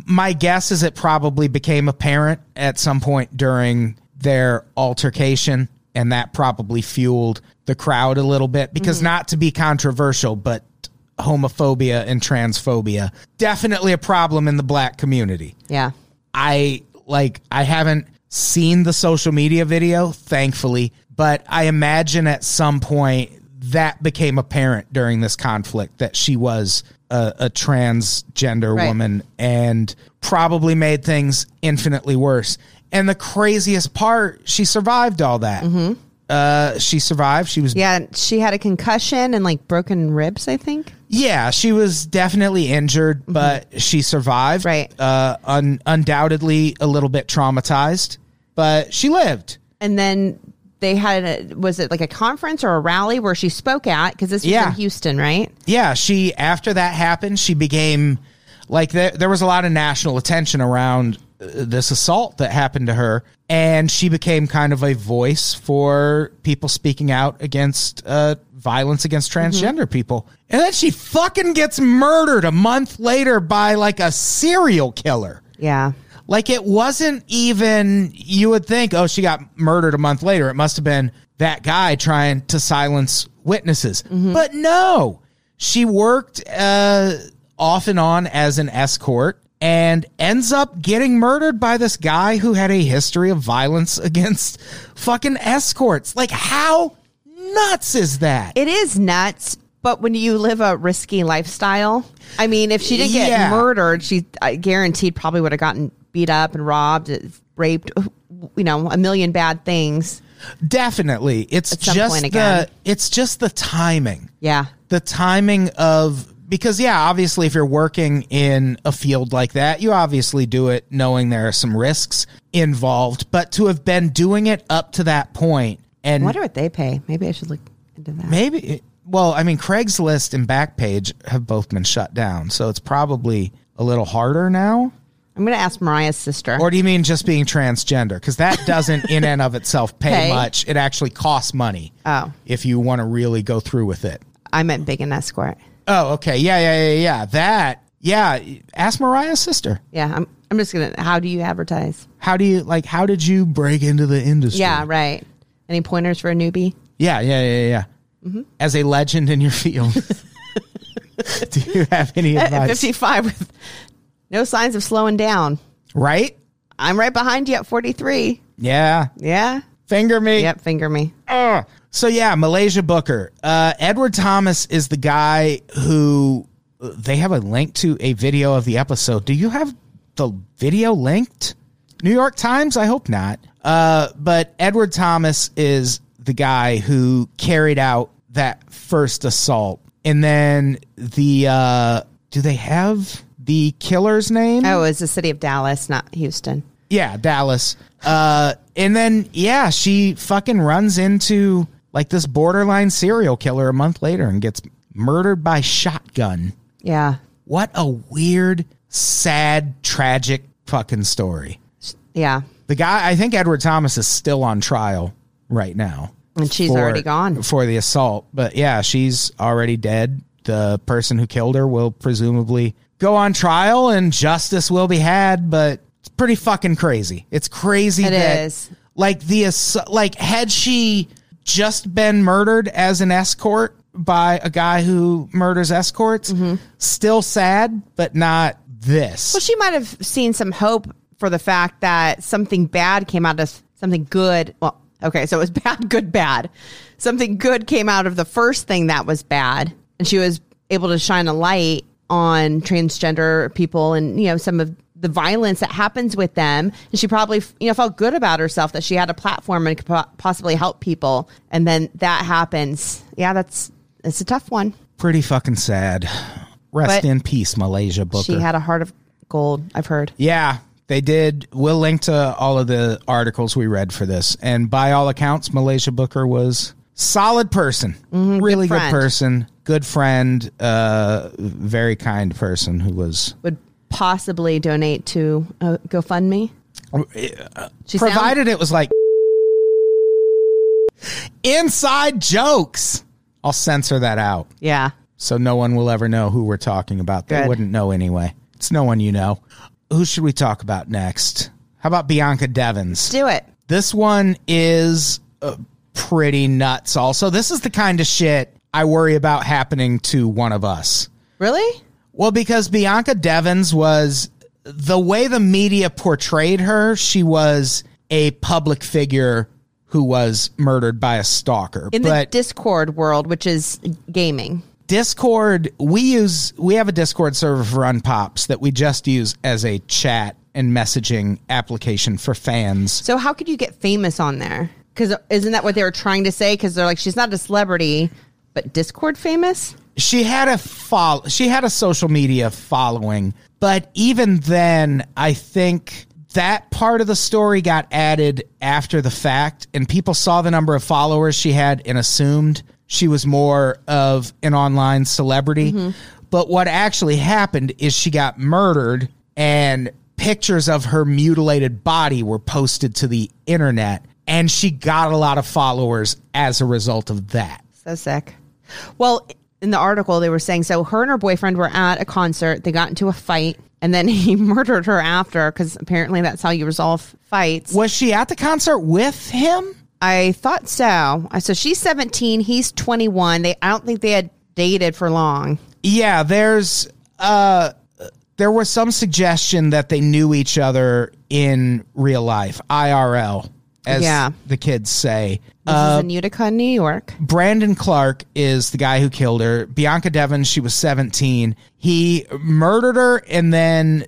S3: My guess is it probably became apparent at some point during their altercation, and that probably fueled the crowd a little bit because
S2: Mm-hmm.
S3: not to be controversial, but homophobia and transphobia definitely a problem in the black community.
S2: yeah.
S3: I like I haven't seen the social media video, thankfully, but I imagine at some point that became apparent during this conflict that she was a, a transgender
S2: Right.
S3: woman and probably made things infinitely worse. And the craziest part, she survived all that. Uh, she survived. She was
S2: Yeah. and She had a concussion and like broken ribs, I think.
S3: Yeah, she was definitely injured, but she survived.
S2: Right.
S3: Uh, un- undoubtedly a little bit traumatized, but she lived.
S2: And then they had a, was it like a conference or a rally where she spoke at? Because this was
S3: Yeah.
S2: in Houston, right?
S3: Yeah, she, after that happened, she became like there, there was a lot of national attention around uh, this assault that happened to her. And she became kind of a voice for people speaking out against uh, violence against transgender people. And then she fucking gets murdered a month later by like a serial killer.
S2: Yeah.
S3: Like it wasn't even you would think, oh, she got murdered a month later. It must have been that guy trying to silence witnesses.
S2: Mm-hmm.
S3: But no. She worked uh off and on as an escort and ends up getting murdered by this guy who had a history of violence against fucking escorts. Like how nuts is that?
S2: It is nuts. But when you live a risky lifestyle, I mean, if she didn't get
S3: Yeah.
S2: murdered, she I guaranteed probably would have gotten beat up and robbed, raped, you know, a million bad things.
S3: Definitely. It's
S2: some
S3: just
S2: point
S3: the
S2: again.
S3: it's just the timing.
S2: Yeah.
S3: the timing of because yeah obviously if you're working in a field like that you obviously do it knowing there are some risks involved but to have been doing it up to that point
S2: I
S3: and
S2: wonder what they pay. Maybe I should look into that.
S3: maybe well i mean craigslist and backpage have both been shut down so it's probably a little harder now
S2: I'm going to ask Mariah's sister.
S3: or do you mean just being transgender because that doesn't in and of itself pay
S2: Pay.
S3: much it actually costs money
S2: Oh.
S3: if you want to really go through with it
S2: I meant big and escort.
S3: Oh, okay. Yeah, yeah, yeah, yeah. That. Yeah. Ask Mariah's sister.
S2: Yeah, I'm. I'm just gonna. How do you advertise?
S3: How do you like? How did you break into the industry?
S2: Yeah, right. Any pointers for a newbie?
S3: Yeah. Yeah. Yeah. Yeah.
S2: Mm-hmm.
S3: As a legend in your field, do you have any
S2: At
S3: advice?
S2: 55 with no signs of slowing down.
S3: Right.
S2: I'm right behind you at 43.
S3: Yeah.
S2: Yeah.
S3: Finger me.
S2: Yep. Finger me.
S3: Ugh. Oh. So yeah, Malaysia Booker. Uh, Edward Thomas is the guy who uh, they have a link to a video of the episode. Do you have the video linked? New York Times? I hope not. Uh, but Edward Thomas is the guy who carried out that first assault, and then the uh, do they have the killer's name?
S2: Oh, it's the city of Dallas, not Houston.
S3: Yeah, Dallas. Uh, and then yeah, she fucking runs into like this borderline serial killer a month later and gets murdered by shotgun.
S2: Yeah.
S3: What a weird, sad, tragic fucking story.
S2: Yeah.
S3: The guy, I think Edward Thomas is still on trial right now.
S2: And she's already gone.
S3: for the assault. But yeah, she's already dead. the person who killed her will presumably go on trial and justice will be had, but it's pretty fucking crazy. It's crazy.
S2: It
S3: that,
S2: is.
S3: Like the ass- like had she just been murdered as an escort by a guy who murders escorts, still sad, but not this.
S2: Mm-hmm. Well, she might have seen some hope for the fact that something bad came out of something good. Well, okay, so it was bad, good, bad. Something good came out of the first thing that was bad, and she was able to shine a light on transgender people and you know some of the violence that happens with them. And she probably you know felt good about herself that she had a platform and could po- possibly help people. And then that happens. Yeah, that's it's a tough one.
S3: pretty fucking sad. Rest
S2: But-
S3: in peace, Malaysia Booker.
S2: She had a heart of gold. I've heard.
S3: Yeah, they did. We'll link to all of the articles we read for this. And by all accounts, Malaysia Booker was solid person, really
S2: Mm-hmm, good
S3: good,
S2: friend.
S3: person, good friend, uh, very kind person who was
S2: would possibly donate to uh, GoFundMe. She sound-
S3: Um, eh, provided it was like inside jokes. I'll censor that out
S2: yeah.
S3: so no one will ever know who we're talking about. They
S2: Good.
S3: wouldn't know anyway. It's no one you know. Who should we talk about next? How about Bianca Devins?
S2: Do it.
S3: This one is uh, pretty nuts. Also, this is the kind of shit I worry about happening to one of us.
S2: Really?
S3: Well, because Bianca Devins was the way the media portrayed her, she was a public figure who was murdered by a stalker.
S2: In the
S3: but
S2: Discord world, which is gaming.
S3: Discord, we use we have a Discord server for Unpops that we just use as a chat and messaging application for fans.
S2: So how could you get famous on there? Because isn't that what they were trying to say? Because they're like, she's not a celebrity, but Discord famous.
S3: she had a follow she had a social media following but even then i think that part of the story got added after the fact and people saw the number of followers she had and assumed she was more of an online celebrity but what actually happened is she got murdered and pictures of her mutilated body were posted to the internet and she got a lot of followers as a result of that
S2: So sick. Well, in the article, they were saying so her and her boyfriend were at a concert. They got into a fight, and then he murdered her after because apparently that's how you resolve fights.
S3: was she at the concert with him
S2: I thought so. So she's 17, he's 21. They I don't think they had dated for long.
S3: Yeah, there's uh there was some suggestion that they knew each other in real life, IRL, as
S2: Yeah.
S3: the kids say.
S2: This is in Utica, New York.
S3: Brandon Clark is the guy who killed her. Bianca Devon, she was 17. He murdered her and then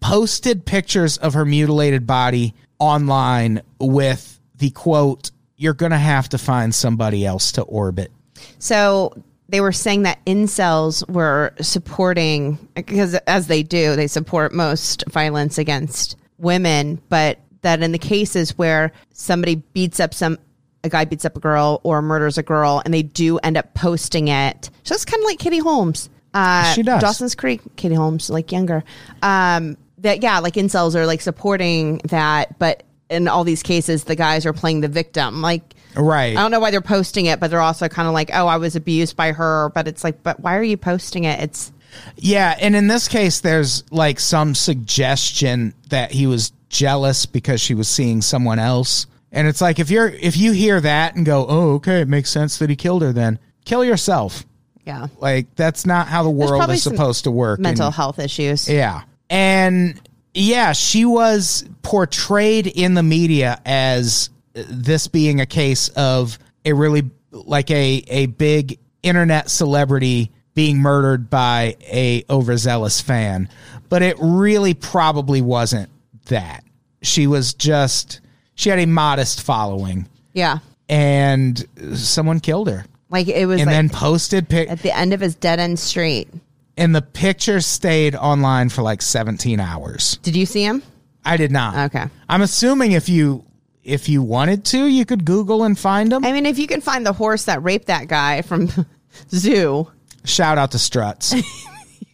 S3: posted pictures of her mutilated body online with the quote, You're going to have to find somebody else to orbit.
S2: So they were saying that incels were supporting because as they do, they support most violence against women, but that in the cases where somebody beats up some a guy beats up a girl or murders a girl and they do end up posting it. So it's kind of like Kitty Holmes. Uh,
S3: She does.
S2: Dawson's Creek, Kitty Holmes, like younger. Um, that yeah, like incels are like supporting that, but in all these cases, the guys are playing the victim. Like
S3: Right.
S2: I don't know why they're posting it, but they're also kind of like, oh, I was abused by her. But it's like, but why are you posting it? It's
S3: Yeah, and in this case, there's like some suggestion that he was jealous because she was seeing someone else. And it's like if you're if you hear that and go, "Oh, okay, it makes sense that he killed her," then kill yourself.
S2: yeah,
S3: Like that's not how the world
S2: probably
S3: is
S2: some
S3: supposed to work.
S2: mental
S3: And-
S2: health issues.
S3: yeah. And yeah, she was portrayed in the media as uh, this being a case of a really like a a big internet celebrity being murdered by a overzealous fan, but it really probably wasn't that. She was just she had a modest following
S2: yeah,
S3: and someone killed her
S2: like it was
S3: and
S2: like
S3: then posted pic
S2: at the end of his dead end street.
S3: and the picture stayed online for like 17 hours.
S2: Did you see him?
S3: I did not.
S2: Okay.
S3: I'm assuming if you if you wanted to, you could Google and find them.
S2: I mean, if you can find the horse that raped that guy from zoo,
S3: Shout out to Struts.
S2: you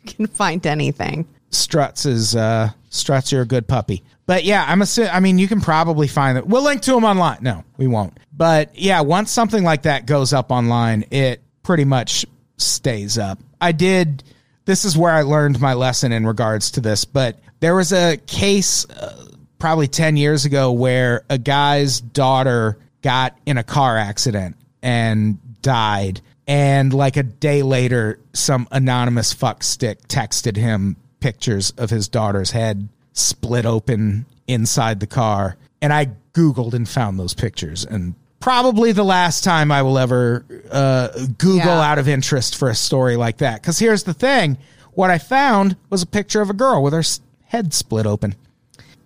S2: can find anything.
S3: Struts is uh Struts, you're a good puppy. But yeah, I'm assuming. I mean, you can probably find it. We'll link to them online. No, we won't. But yeah, once something like that goes up online, it pretty much stays up. I did. This is where I learned my lesson in regards to this, but there was a case uh, probably 10 years ago where a guy's daughter got in a car accident and died. And like a day later, some anonymous fuckstick texted him pictures of his daughter's head split open inside the car. And I Googled and found those pictures. And probably the last time I will ever uh, Google
S2: Yeah.
S3: out of interest for a story like that. Because here's the thing what I found was a picture of a girl with her s- head split open.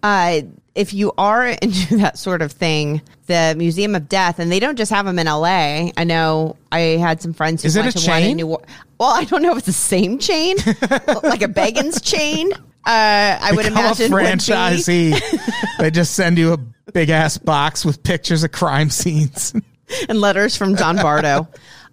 S2: uh, if you are into that sort of thing, the Museum of Death, and they don't just have them in LA. I know I had some friends who
S3: Is it
S2: went
S3: a
S2: to one in
S3: chain?
S2: New Orleans. Well, I don't know if it's the same chain, like a Beggins chain. Uh, I would
S3: Become
S2: imagine
S3: a
S2: would be-
S3: franchisee. they just send you a big ass box with pictures of crime scenes.
S2: and letters from John Bardo.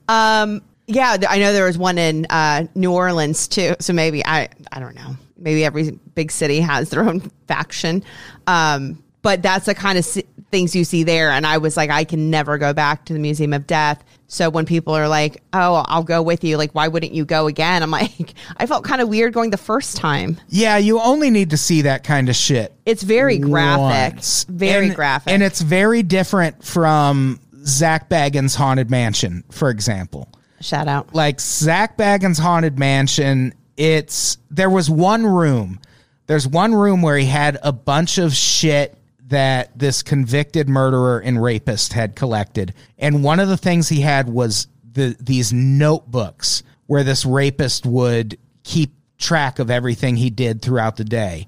S2: um, yeah, th- I know there was one in uh, New Orleans too. So maybe I, I don't know. Maybe every big city has their own faction. Um, but that's the kind of s- things you see there. And I was like, I can never go back to the Museum of Death. So when people are like, "Oh, I'll go with you," like, why wouldn't you go again? I'm like, I felt kind of weird going the first time.
S3: yeah, you only need to see that kind of shit.
S2: It's very graphic,
S3: once.
S2: very
S3: And-
S2: graphic,
S3: And it's very different from Zach Baggins' Haunted Mansion, for example.
S2: shout out.
S3: Like Zach Baggins' Haunted Mansion, it's there was one room. There's one room where he had a bunch of shit that this convicted murderer and rapist had collected. And one of the things he had was the these notebooks where this rapist would keep track of everything he did throughout the day.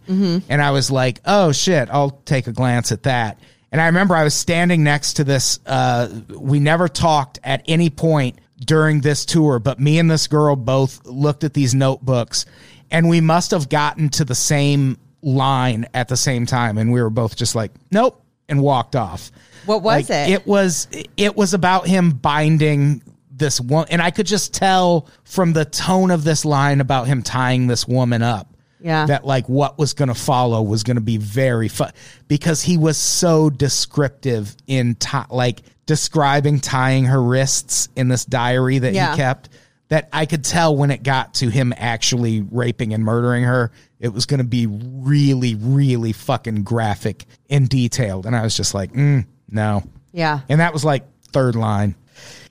S3: And I was like, oh shit, I'll take a glance at that. And I remember I was standing next to this. Uh, we never talked at any point during this tour, but me and this girl both looked at these notebooks and we must have gotten to the same line at the same time. And we were both just like, nope, and walked off.
S2: What was
S3: Like,
S2: it?
S3: It was it was about him binding this one and I could just tell from the tone of this line about him tying this woman up.
S2: Yeah.
S3: That like what was going to follow was going to be very fun because he was so descriptive in ti like describing tying her wrists in this diary that
S2: Yeah.
S3: he kept that I could tell when it got to him actually raping and murdering her it was going to be really really fucking graphic and detailed and I was just like mm, no
S2: Yeah.
S3: and that was like third line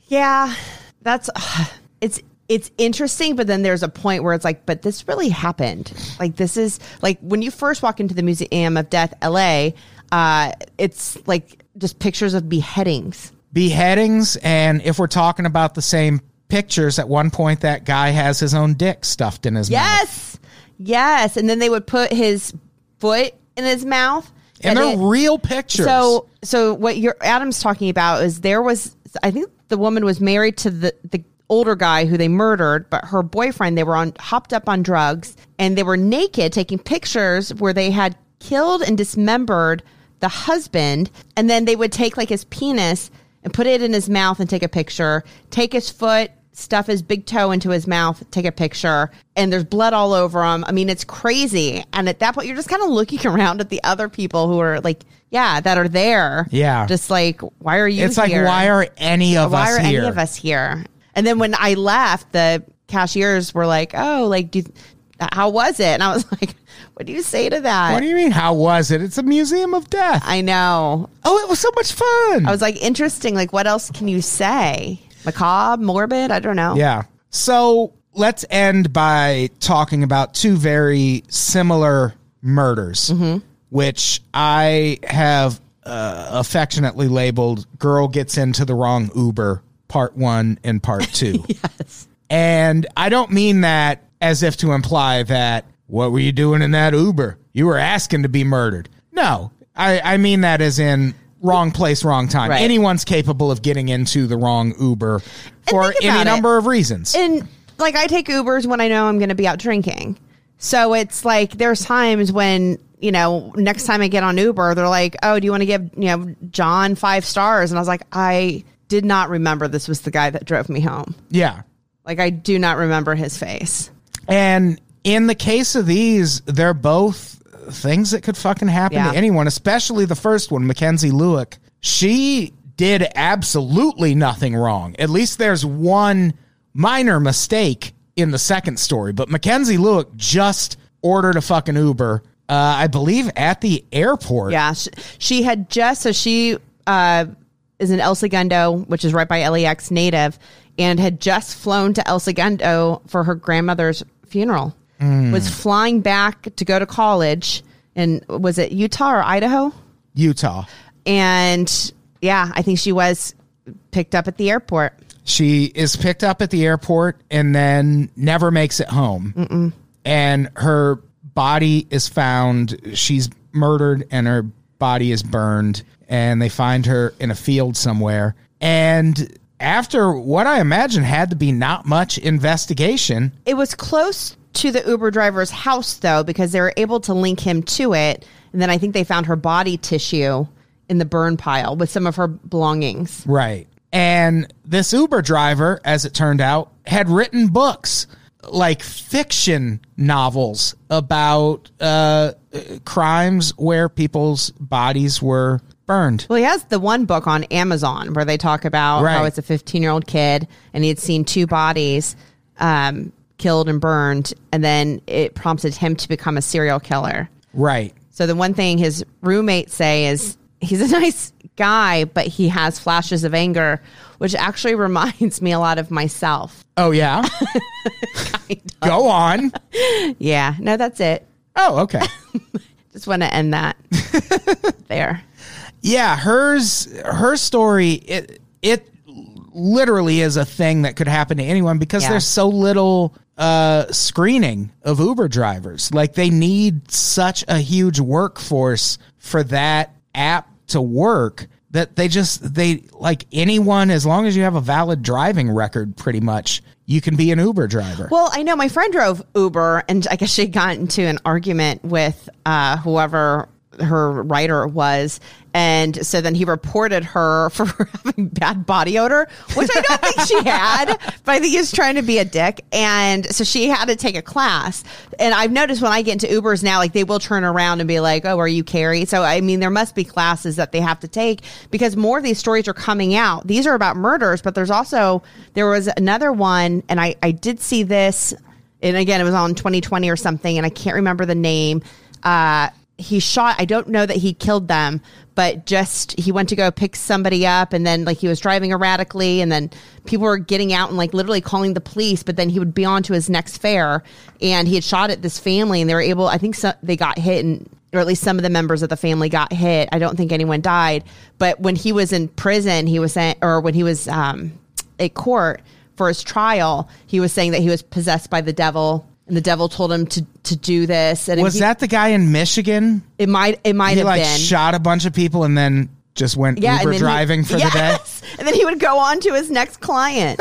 S2: Yeah, that's it's it's interesting, but then there's a point where it's like, but this really happened. Like this is like when you first walk into the Museum of Death, L.A. Uh, it's like just pictures of beheadings.
S3: beheadings and if we're talking about the same pictures at one point that guy has his own dick stuffed in his mouth.
S2: Yes, yes, and then they would put his foot in his mouth,
S3: and they're
S2: it-
S3: real pictures.
S2: So, so what your Adam's talking about is there was I think the woman was married to the the older guy who they murdered, but her boyfriend they were on hopped up on drugs and they were naked taking pictures where they had killed and dismembered the husband, and then they would take like his penis and put it in his mouth and take a picture, take his foot. Stuff his big toe into his mouth, take a picture, and there's blood all over him. I mean, it's crazy. And at that point, you're just kind of looking around at the other people who are like, yeah, that are there.
S3: Yeah.
S2: Just like, why are you
S3: it's like,
S2: here?
S3: why are any of
S2: Why
S3: us
S2: are
S3: here?
S2: any of us here? And then when I left, the cashiers were like, oh, like, do you, how was it? And I was like, what do you say to that?
S3: What do you mean? How was it? It's a museum of death.
S2: I know.
S3: oh, it was so much fun.
S2: I was like, interesting. Like, what else can you say? Macabre, morbid? I don't know.
S3: yeah. So let's end by talking about two very similar murders,
S2: Mm-hmm.
S3: which I have uh, affectionately labeled Girl Gets Into the Wrong Uber, Part One and Part Two. And I don't mean that as if to imply that what were you doing in that Uber? You were asking to be murdered. No, I, I mean that as in wrong place, wrong time.
S2: Right.
S3: Anyone's capable of getting into the wrong Uber for
S2: think
S3: any
S2: about it.
S3: number of reasons.
S2: and like I take Ubers when I know I'm going to be out drinking. So it's like there's times when you know next time I get on Uber, they're like, "Oh, do you want to give you know John five stars?" And I was like, I did not remember this was the guy that drove me home.
S3: yeah.
S2: Like I do not remember his face.
S3: And in the case of these, they're both things that could fucking happen
S2: Yeah.
S3: to anyone, especially the first one, Mackenzie Lewick. She did absolutely nothing wrong. At least there's one minor mistake in the second story. But Mackenzie Luke just ordered a fucking Uber, uh, I believe, at the airport.
S2: Yeah, she, she had just so she uh, is in El Segundo, which is right by LAX native, and had just flown to El Segundo for her grandmother's funeral. Was flying back to go to college, and was it Utah or Idaho?
S3: Utah.
S2: And yeah, I think she was picked up at the airport.
S3: She is picked up at the airport and then never makes it home. And her body is found. She's murdered and her body is burned. And they find her in a field somewhere. And after what I imagine had to be not much investigation,
S2: It was close to the Uber driver's house, though, because they were able to link him to it. And then I think they found her body tissue in the burn pile with some of her belongings.
S3: Right. And this Uber driver, as it turned out, had written books like fiction novels about uh, crimes where people's bodies were burned.
S2: Well, he has the one book on Amazon where they talk about how
S3: Right.
S2: it's a 15 year old kid and he had seen two bodies um, killed and burned. And then it prompted him to become a serial killer.
S3: Right.
S2: So the one thing his roommates say is he's a nice guy, but he has flashes of anger, which actually reminds me a lot of myself.
S3: Oh, yeah. Go on.
S2: Yeah, no, that's it.
S3: Oh, okay.
S2: Just want to end that there.
S3: Yeah, hers her story it it literally is a thing that could happen to anyone because
S2: Yeah.
S3: there's so little uh screening of Uber drivers. Like they need such a huge workforce for that app to work that they just they like anyone as long as you have a valid driving record pretty much you can be an Uber driver.
S2: Well, I know my friend drove Uber, and I guess she got into an argument with uh, whoever her writer was. And so then he reported her for having bad body odor, which I don't think she had, but I think he was trying to be a dick. And so she had to take a class. And I've noticed when I get into Ubers now, like they will turn around and be like, oh, are you Carrie? So, I mean, there must be classes that they have to take because more of these stories are coming out. These are about murders, but there's also, there was another one, and I, I did see this, and again, it was on 2020 or something, and I can't remember the name. Uh, he shot, I don't know that he killed them, but just he went to go pick somebody up, and then like he was driving erratically, and then people were getting out and like literally calling the police, but then he would be on to his next fare, and he had shot at this family, and they were able, I think so, they got hit and or at least some of the members of the family got hit. I don't think anyone died. But when he was in prison, he was saying, or when he was um, at court for his trial, he was saying that he was possessed by the devil, and the devil told him to to do this. And if
S3: was
S2: he-
S3: that the guy in Michigan?
S2: it? Might it might
S3: He
S2: have
S3: like
S2: been
S3: shot a bunch of people and then just went
S2: and
S3: Uber
S2: then he-
S3: driving for the day.
S2: Yes! and then he would go on to his next client.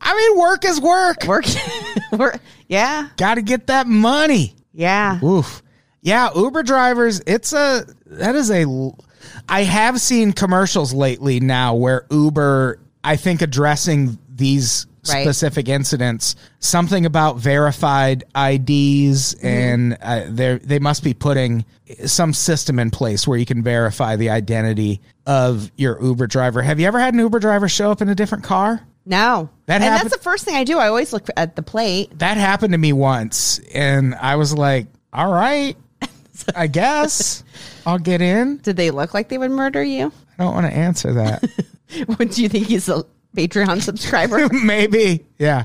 S3: I mean, work is work.
S2: Work, work, yeah,
S3: Got to get that money.
S2: yeah.
S3: Oof. Yeah, Uber drivers, it's a that is a l- I have seen commercials lately now where Uber I think addressing these
S2: Right.
S3: specific incidents something about verified IDs and uh, they they must be putting some system in place where you can verify the identity of your Uber driver. Have you ever had an Uber driver show up in a different car?
S2: No,
S3: That
S2: and
S3: happened-
S2: that's the first thing I do. I always look at the plate.
S3: that happened to me once and I was like, all right, I guess I'll get in.
S2: Did they look like they would murder you?
S3: I don't want to answer that.
S2: What do you think he's a Patreon subscriber?
S3: Maybe. Yeah.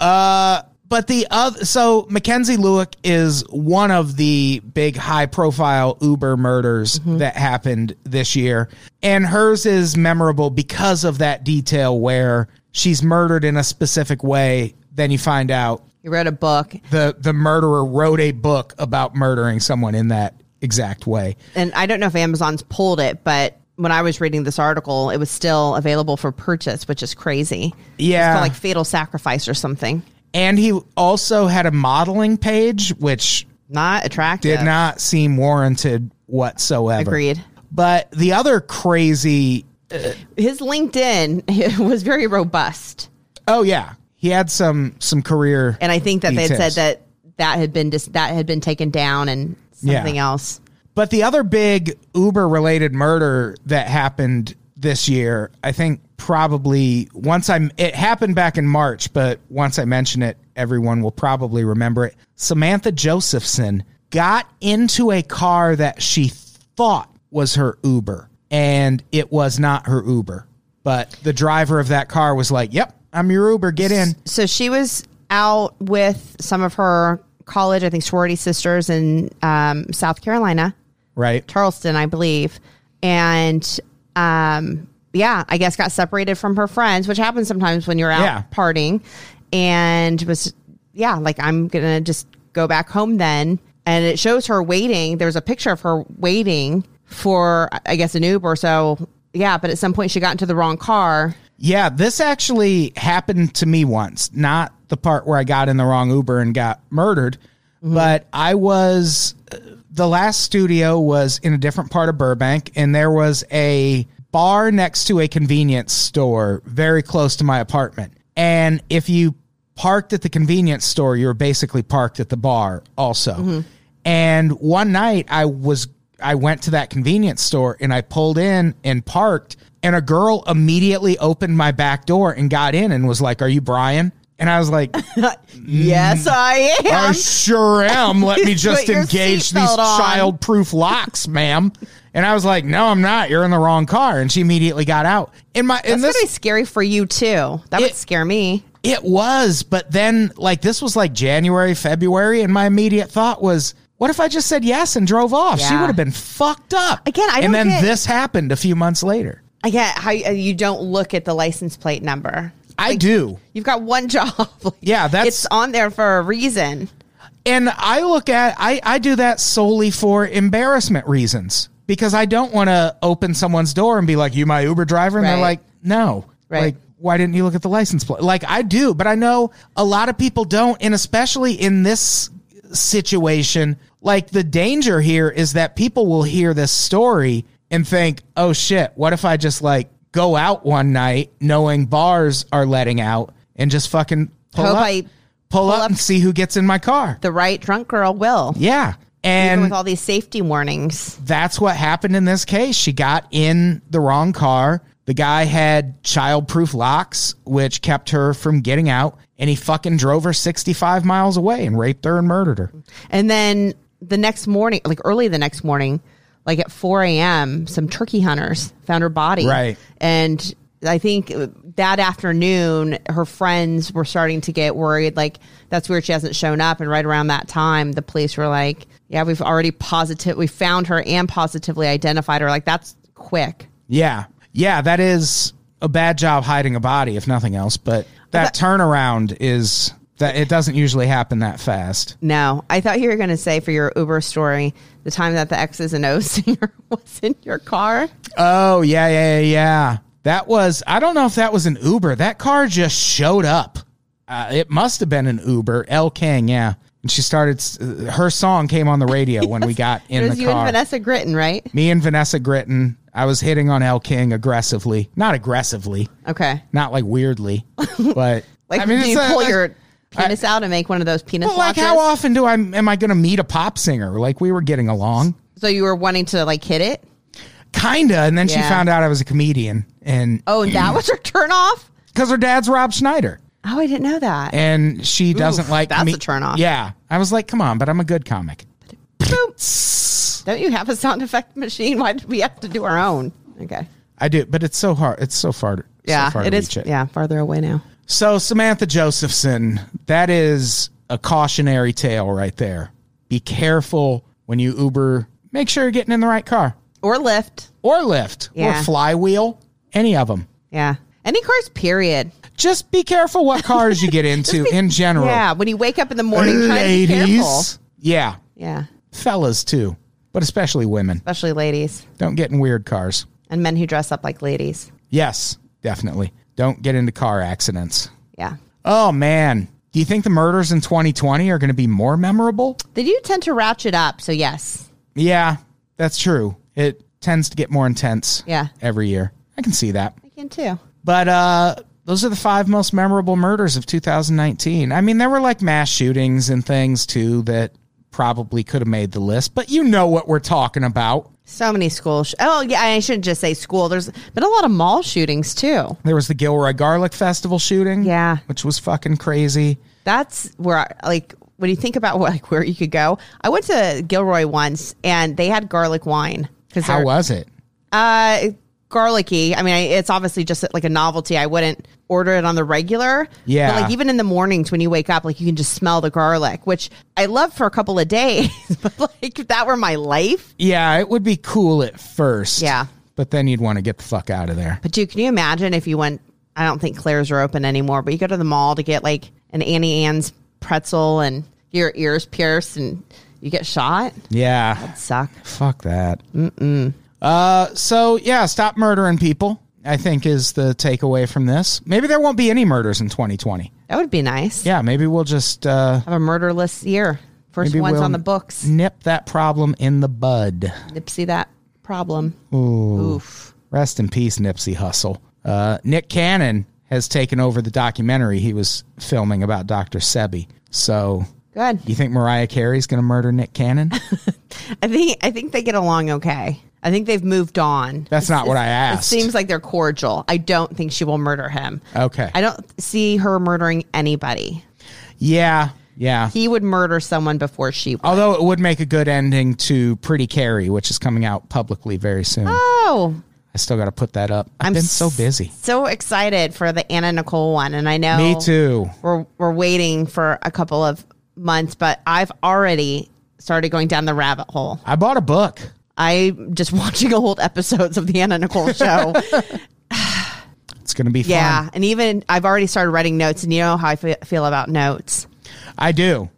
S3: Uh, but the other, so Mackenzie Lewick is one of the big high profile Uber murders that happened this year. And hers is memorable because of that detail where she's murdered in a specific way. Then you find out
S2: He wrote a book,
S3: the the murderer wrote a book about murdering someone in that exact way.
S2: and I don't know if Amazon's pulled it, but when I was reading this article, it was still available for purchase, which is crazy.
S3: Yeah.
S2: it's called like Fatal Sacrifice or something.
S3: And he also had a modeling page which
S2: Not attractive.
S3: did not seem warranted whatsoever.
S2: agreed.
S3: But the other crazy
S2: His LinkedIn was very robust,
S3: Oh yeah, he had some some career
S2: and I think that they had
S3: details.
S2: said that that had been dis- that had been taken down and
S3: Yeah.
S2: something else.
S3: But the other big Uber related murder that happened this year, I think probably once I'm it happened back in March, but once I mention it, everyone will probably remember it. Samantha Josephson got into a car that she thought was her Uber, and it was not her Uber. But the driver of that car was like, "Yep, I'm your Uber. Get in."
S2: So she was out with some of her college, I think, sorority sisters in um, South Carolina,
S3: Right?
S2: Charleston, I believe. And um, yeah, I guess got separated from her friends, which happens sometimes when you're out
S3: Yeah.
S2: partying. And was, yeah, like, I'm going to just go back home then. And it shows her waiting. There's a picture of her waiting for, I guess, an Uber. So yeah, but at some point she got into the wrong car.
S3: Yeah, this actually happened to me once. Not the part where I got in the wrong Uber and got murdered, but I was the last studio was in a different part of Burbank and there was a bar next to a convenience store very close to my apartment. And if you parked at the convenience store, you were basically parked at the bar also. And one night I was I went to that convenience store and I pulled in and parked and a girl immediately opened my back door and got in and was like, "Are you Brian?" And I was like,
S2: Yes, I
S3: I
S2: am.
S3: sure am. Let me just
S2: Put your
S3: engage these
S2: seatbelt on.
S3: child proof locks, ma'am. And I was like, No, I'm not. You're in the wrong car. And she immediately got out. And my
S2: That's
S3: and this
S2: gonna be scary for you too. That
S3: It-
S2: would scare me.
S3: it was, but then like this was like January, February, and my immediate thought was what if I just said yes and drove off? She
S2: Yeah.
S3: would have been fucked up.
S2: Again, I
S3: And
S2: don't
S3: then
S2: get-
S3: this happened a few months later.
S2: I get how uh, you, you don't look at the license plate number.
S3: I do.
S2: You've got one job. Like,
S3: Yeah, that's-
S2: it's on there for a reason.
S3: and I look at I I do that solely for embarrassment reasons because I don't want to open someone's door and be like, "You my Uber driver," and they're
S2: Right.
S3: like, "No."
S2: Right.
S3: Like, why didn't you look at the license plate? Like I do, but I know a lot of people don't, and especially in this situation, like the danger here is that people will hear this story and think, "Oh shit, what if I just like go out one night knowing bars are letting out and just fucking pull
S2: Hope
S3: up,
S2: I
S3: pull up
S2: up-
S3: and see who gets in my car?"
S2: The right drunk girl will.
S3: Yeah.
S2: Even
S3: And
S2: with all these safety warnings.
S3: that's what happened in this case. She got in the wrong car. The guy had childproof locks, which kept her from getting out. And he fucking drove her 65 miles away and raped her and murdered her.
S2: And then the next morning, like early the next morning, like at 4 a.m., some turkey hunters found her body.
S3: Right.
S2: And I think that afternoon, her friends were starting to get worried. Like, that's weird. She hasn't shown up. And right around that time, the police were like, yeah, we've already positive, we found her and positively identified her. Like, that's quick.
S3: Yeah. Yeah. That is a bad job hiding a body, if nothing else. But that turnaround is that it doesn't usually happen that fast.
S2: No, I thought you were going to say for your Uber story, the time that the X's and O's singer was in your car.
S3: Oh, yeah. Yeah. Yeah. yeah. That was, I don't know if that was an Uber. That car just showed up. Uh, it must have been an Uber. L. King, yeah. And she started, s- uh, her song came on the radio when we got in
S2: it was
S3: the
S2: you
S3: car.
S2: and Vanessa Gritton, right?
S3: Me and Vanessa Gritton. I was hitting on L. King aggressively. Not aggressively,
S2: Okay.
S3: not like weirdly, but
S2: Like,
S3: I mean,
S2: do
S3: it's
S2: you
S3: a-
S2: pull your penis out and make one of those penis
S3: Well, like,
S2: watches?
S3: how often do I am I going to meet a pop singer? Like, we were getting along,
S2: so you were wanting to like hit it?
S3: kinda, and then she
S2: Yeah.
S3: found out I was a comedian, and
S2: Oh, and that was her turn off?
S3: because her dad's Rob Schneider,
S2: Oh, I didn't know that.
S3: and she doesn't like
S2: that's
S3: me.
S2: a turnoff.
S3: Yeah, I was like, come on, but I'm a good comic.
S2: Boop. Don't you have a sound effect machine? Why did we have to do our own? Okay.
S3: I do, but it's so hard. It's so far.
S2: Yeah,
S3: so far
S2: it
S3: to
S2: is.
S3: reach it.
S2: Yeah, farther away now.
S3: So Samantha Josephson, that is a cautionary tale right there. Be careful when you Uber. Make sure you're getting in the right car
S2: Or Lyft.
S3: or Lyft
S2: Yeah.
S3: or Flywheel, any of them.
S2: Yeah. Any cars, period.
S3: Just be careful what cars you get into in general.
S2: Yeah, when you wake up in the morning, try to be careful.
S3: Ladies. Yeah.
S2: Yeah,
S3: Fellas too, but especially women.
S2: especially ladies
S3: Don't get in weird cars.
S2: and men who dress up like ladies.
S3: Yes, definitely. Don't get into car accidents.
S2: Yeah.
S3: Oh man. Do you think the murders in 2020 are going to be more memorable?
S2: They do tend to ratchet up. So, yes.
S3: Yeah, that's true. It tends to get more intense.
S2: Yeah.
S3: Every year. I can see that.
S2: I can too.
S3: But uh those are the five most memorable murders of 2019. I mean, there were like mass shootings and things too that probably could have made the list, but you know what we're talking about.
S2: So many school. Sh- oh, yeah. I shouldn't just say school. There's been a lot of mall shootings too.
S3: There was the Gilroy Garlic Festival shooting.
S2: Yeah.
S3: Which was fucking crazy.
S2: That's where, I- like, when you think about like where you could go, I went to Gilroy once and they had garlic wine because
S3: How was it?
S2: uh, garlicky. I mean, I, it's obviously just like a novelty. I wouldn't order it on the regular.
S3: Yeah.
S2: But like even in the mornings when you wake up, like you can just smell the garlic, which I love for a couple of days. but like if that were my life.
S3: Yeah, it would be cool at first.
S2: Yeah.
S3: But then you'd want to get the fuck out of there.
S2: But dude, can you imagine if you went? I don't think Claire's are open anymore, but you go to the mall to get like an Annie Ann's pretzel and get your ears pierced and you get shot.
S3: Yeah.
S2: Suck.
S3: Fuck that. Mm-mm. Uh, so yeah, stop murdering people. I think is the takeaway from this. Maybe there won't be any murders in 2020.
S2: That would be nice.
S3: Yeah, maybe we'll just uh,
S2: Have a murderless year. First
S3: maybe
S2: one's
S3: we'll
S2: on the books.
S3: Nip that problem in the bud.
S2: Nipsey that problem. Oof.
S3: Rest in peace, Nipsey Hussle. Uh, Nick Cannon has taken over the documentary he was filming about Dr. Sebi. So,
S2: Good.
S3: you think Mariah Carey's going to murder Nick Cannon?
S2: I think I think they get along okay. I think they've moved on.
S3: That's not what I
S2: It
S3: asked.
S2: seems like they're cordial. I don't think she will murder him.
S3: Okay.
S2: I don't see her murdering anybody.
S3: yeah, yeah.
S2: He would murder someone before she would.
S3: Although it would make a good ending to Pretty Carey, which is coming out publicly very soon.
S2: Oh,
S3: I still got to put that up. I've
S2: I'm
S3: been so busy.
S2: so excited for the Anna Nicole one, and I know
S3: Me too.
S2: We're we're waiting for a couple of months, but I've already started going down the rabbit hole.
S3: I bought a book.
S2: I'm just watching old episodes of the Anna Nicole show.
S3: It's going to be fun.
S2: yeah, and even I've already started writing notes, and you know how I fe- feel about notes.
S3: I do.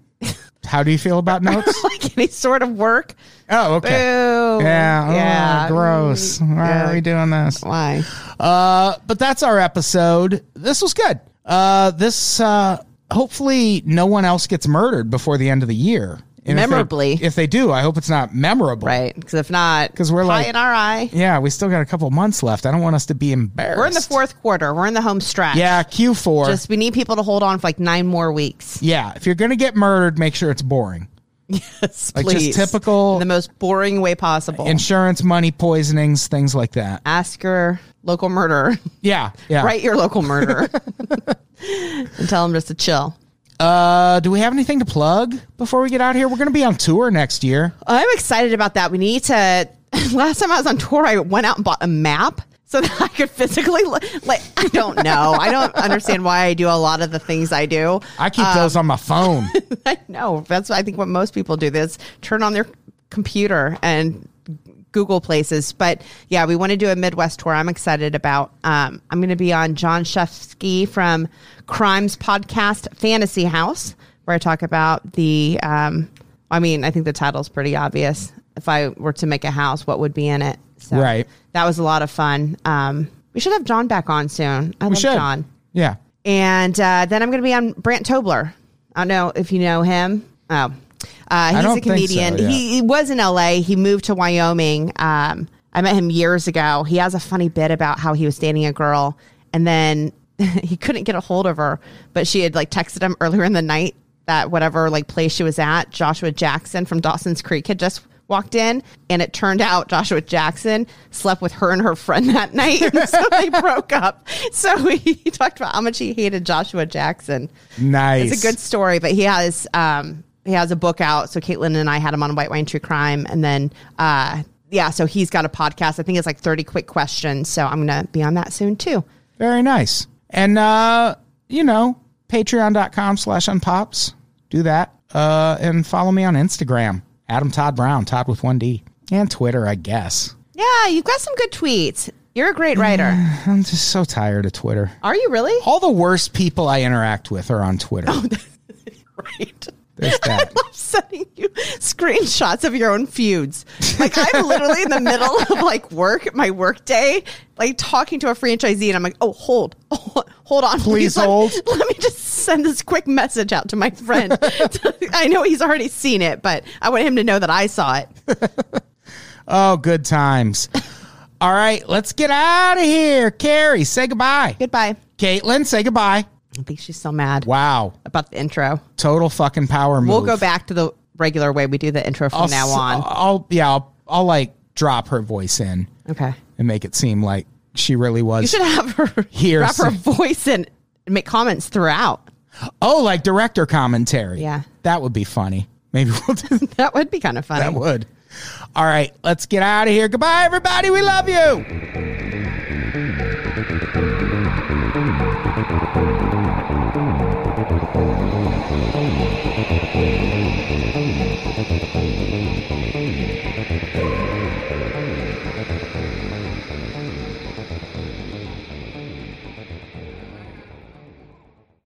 S3: How do you feel about notes?
S2: like any sort of work.
S3: Oh, okay.
S2: Boo.
S3: Yeah.
S2: Yeah.
S3: Oh, gross. Why
S2: Yeah.
S3: are we doing this?
S2: Why?
S3: Uh, but that's our episode. This was good. Uh, this uh, hopefully no one else gets murdered before the end of the year. And if they-
S2: Memorably.
S3: If they, do, I hope it's not memorable.
S2: Right? Because if not,
S3: 'Cause we're
S2: pie
S3: like-
S2: in our eye.
S3: Yeah, we still got a couple months left. I don't want us to be embarrassed.
S2: We're in the fourth quarter. We're in the home stretch.
S3: Yeah, Q4.
S2: Just we need people to hold on for like nine more weeks.
S3: yeah, if you're going to get murdered, make sure it's boring.
S2: Yes,
S3: Like, just
S2: please.
S3: typical-
S2: in the most boring way possible.
S3: Insurance, money, poisonings, things like that.
S2: Ask your local murderer.
S3: Yeah, yeah.
S2: Write your local murderer and tell him just to chill.
S3: Uh, do we have anything to plug before we get out here? We're going to be on tour next year.
S2: I'm excited about that. We need to. Last time I was on tour, I went out and bought a map so that I could physically look. Like I don't know. I don't understand why I do a lot of the things I do.
S3: I keep those on my phone.
S2: I know. That's I think what most people do. This turn on their computer and Google places. But yeah, we want to do a Midwest tour. I'm excited about. Um, I'm going to be on John Shefsky from Crimes Podcast Fantasy House, where I talk about the. Um, I mean, I think the title's pretty obvious. If I were to make a house, what would be in it? So
S3: Right.
S2: That was a lot of fun. Um, we should have John back on soon. I
S3: We
S2: love
S3: should.
S2: John.
S3: Yeah.
S2: And uh, then I'm going to be on Brant Tobler. I don't know if you know him. Oh, uh, he's
S3: don't
S2: a
S3: think so,
S2: comedian.
S3: yeah.
S2: he, he was in LA. He moved to Wyoming. Um, I met him years ago. He has a funny bit about how he was dating a girl and then he couldn't get a hold of her, but she had like texted him earlier in the night that whatever like place she was at, Joshua Jackson from Dawson's Creek had just walked in and it turned out Joshua Jackson slept with her and her friend that night. And so they broke up. So he talked about how much he hated Joshua Jackson.
S3: Nice.
S2: It's a good story, but he has um he has a book out. So Caitlin and I had him on White Wine True Crime, and then uh yeah, so he's got a podcast. I think it's like thirty quick questions. So I'm gonna be on that soon too.
S3: Very nice. And uh, you know, patreon.com slash unpops. Do that. Uh and follow me on Instagram. Adam Todd Brown, Todd with one D. And Twitter, I guess.
S2: Yeah, you've got some good tweets. You're a great writer.
S3: I'm just so tired of Twitter.
S2: Are you really?
S3: All the worst people I interact with are on Twitter.
S2: Oh, Right.
S3: There's that.
S2: I'm sending you screenshots of your own feuds. Like I'm literally in the middle of like work, my work day, like talking to a franchisee, and I'm like, oh, hold, hold, hold on,
S3: Please
S2: let-
S3: hold.
S2: Let, me just send this quick message out to my friend. I know he's already seen it, but I want him to know that I saw it.
S3: Oh, good times. All right, let's get out of here. Carrie, say goodbye.
S2: Goodbye.
S3: Caitlin, say goodbye.
S2: I think she's still mad
S3: Wow.
S2: about the intro.
S3: Total fucking power move.
S2: We'll go back to the regular way we do the intro from now
S3: s-
S2: on.
S3: I'll yeah, I'll, I'll like drop her voice in
S2: Okay.
S3: and make it seem like she really was.
S2: You should have her
S3: Hear
S2: wrap her
S3: some-
S2: voice and make comments throughout.
S3: oh, like director commentary.
S2: Yeah.
S3: That would be funny. Maybe we'll do that.
S2: That would be kind of funny.
S3: That would. All right, let's get out of here. Goodbye, everybody. We love you.
S1: Thank you.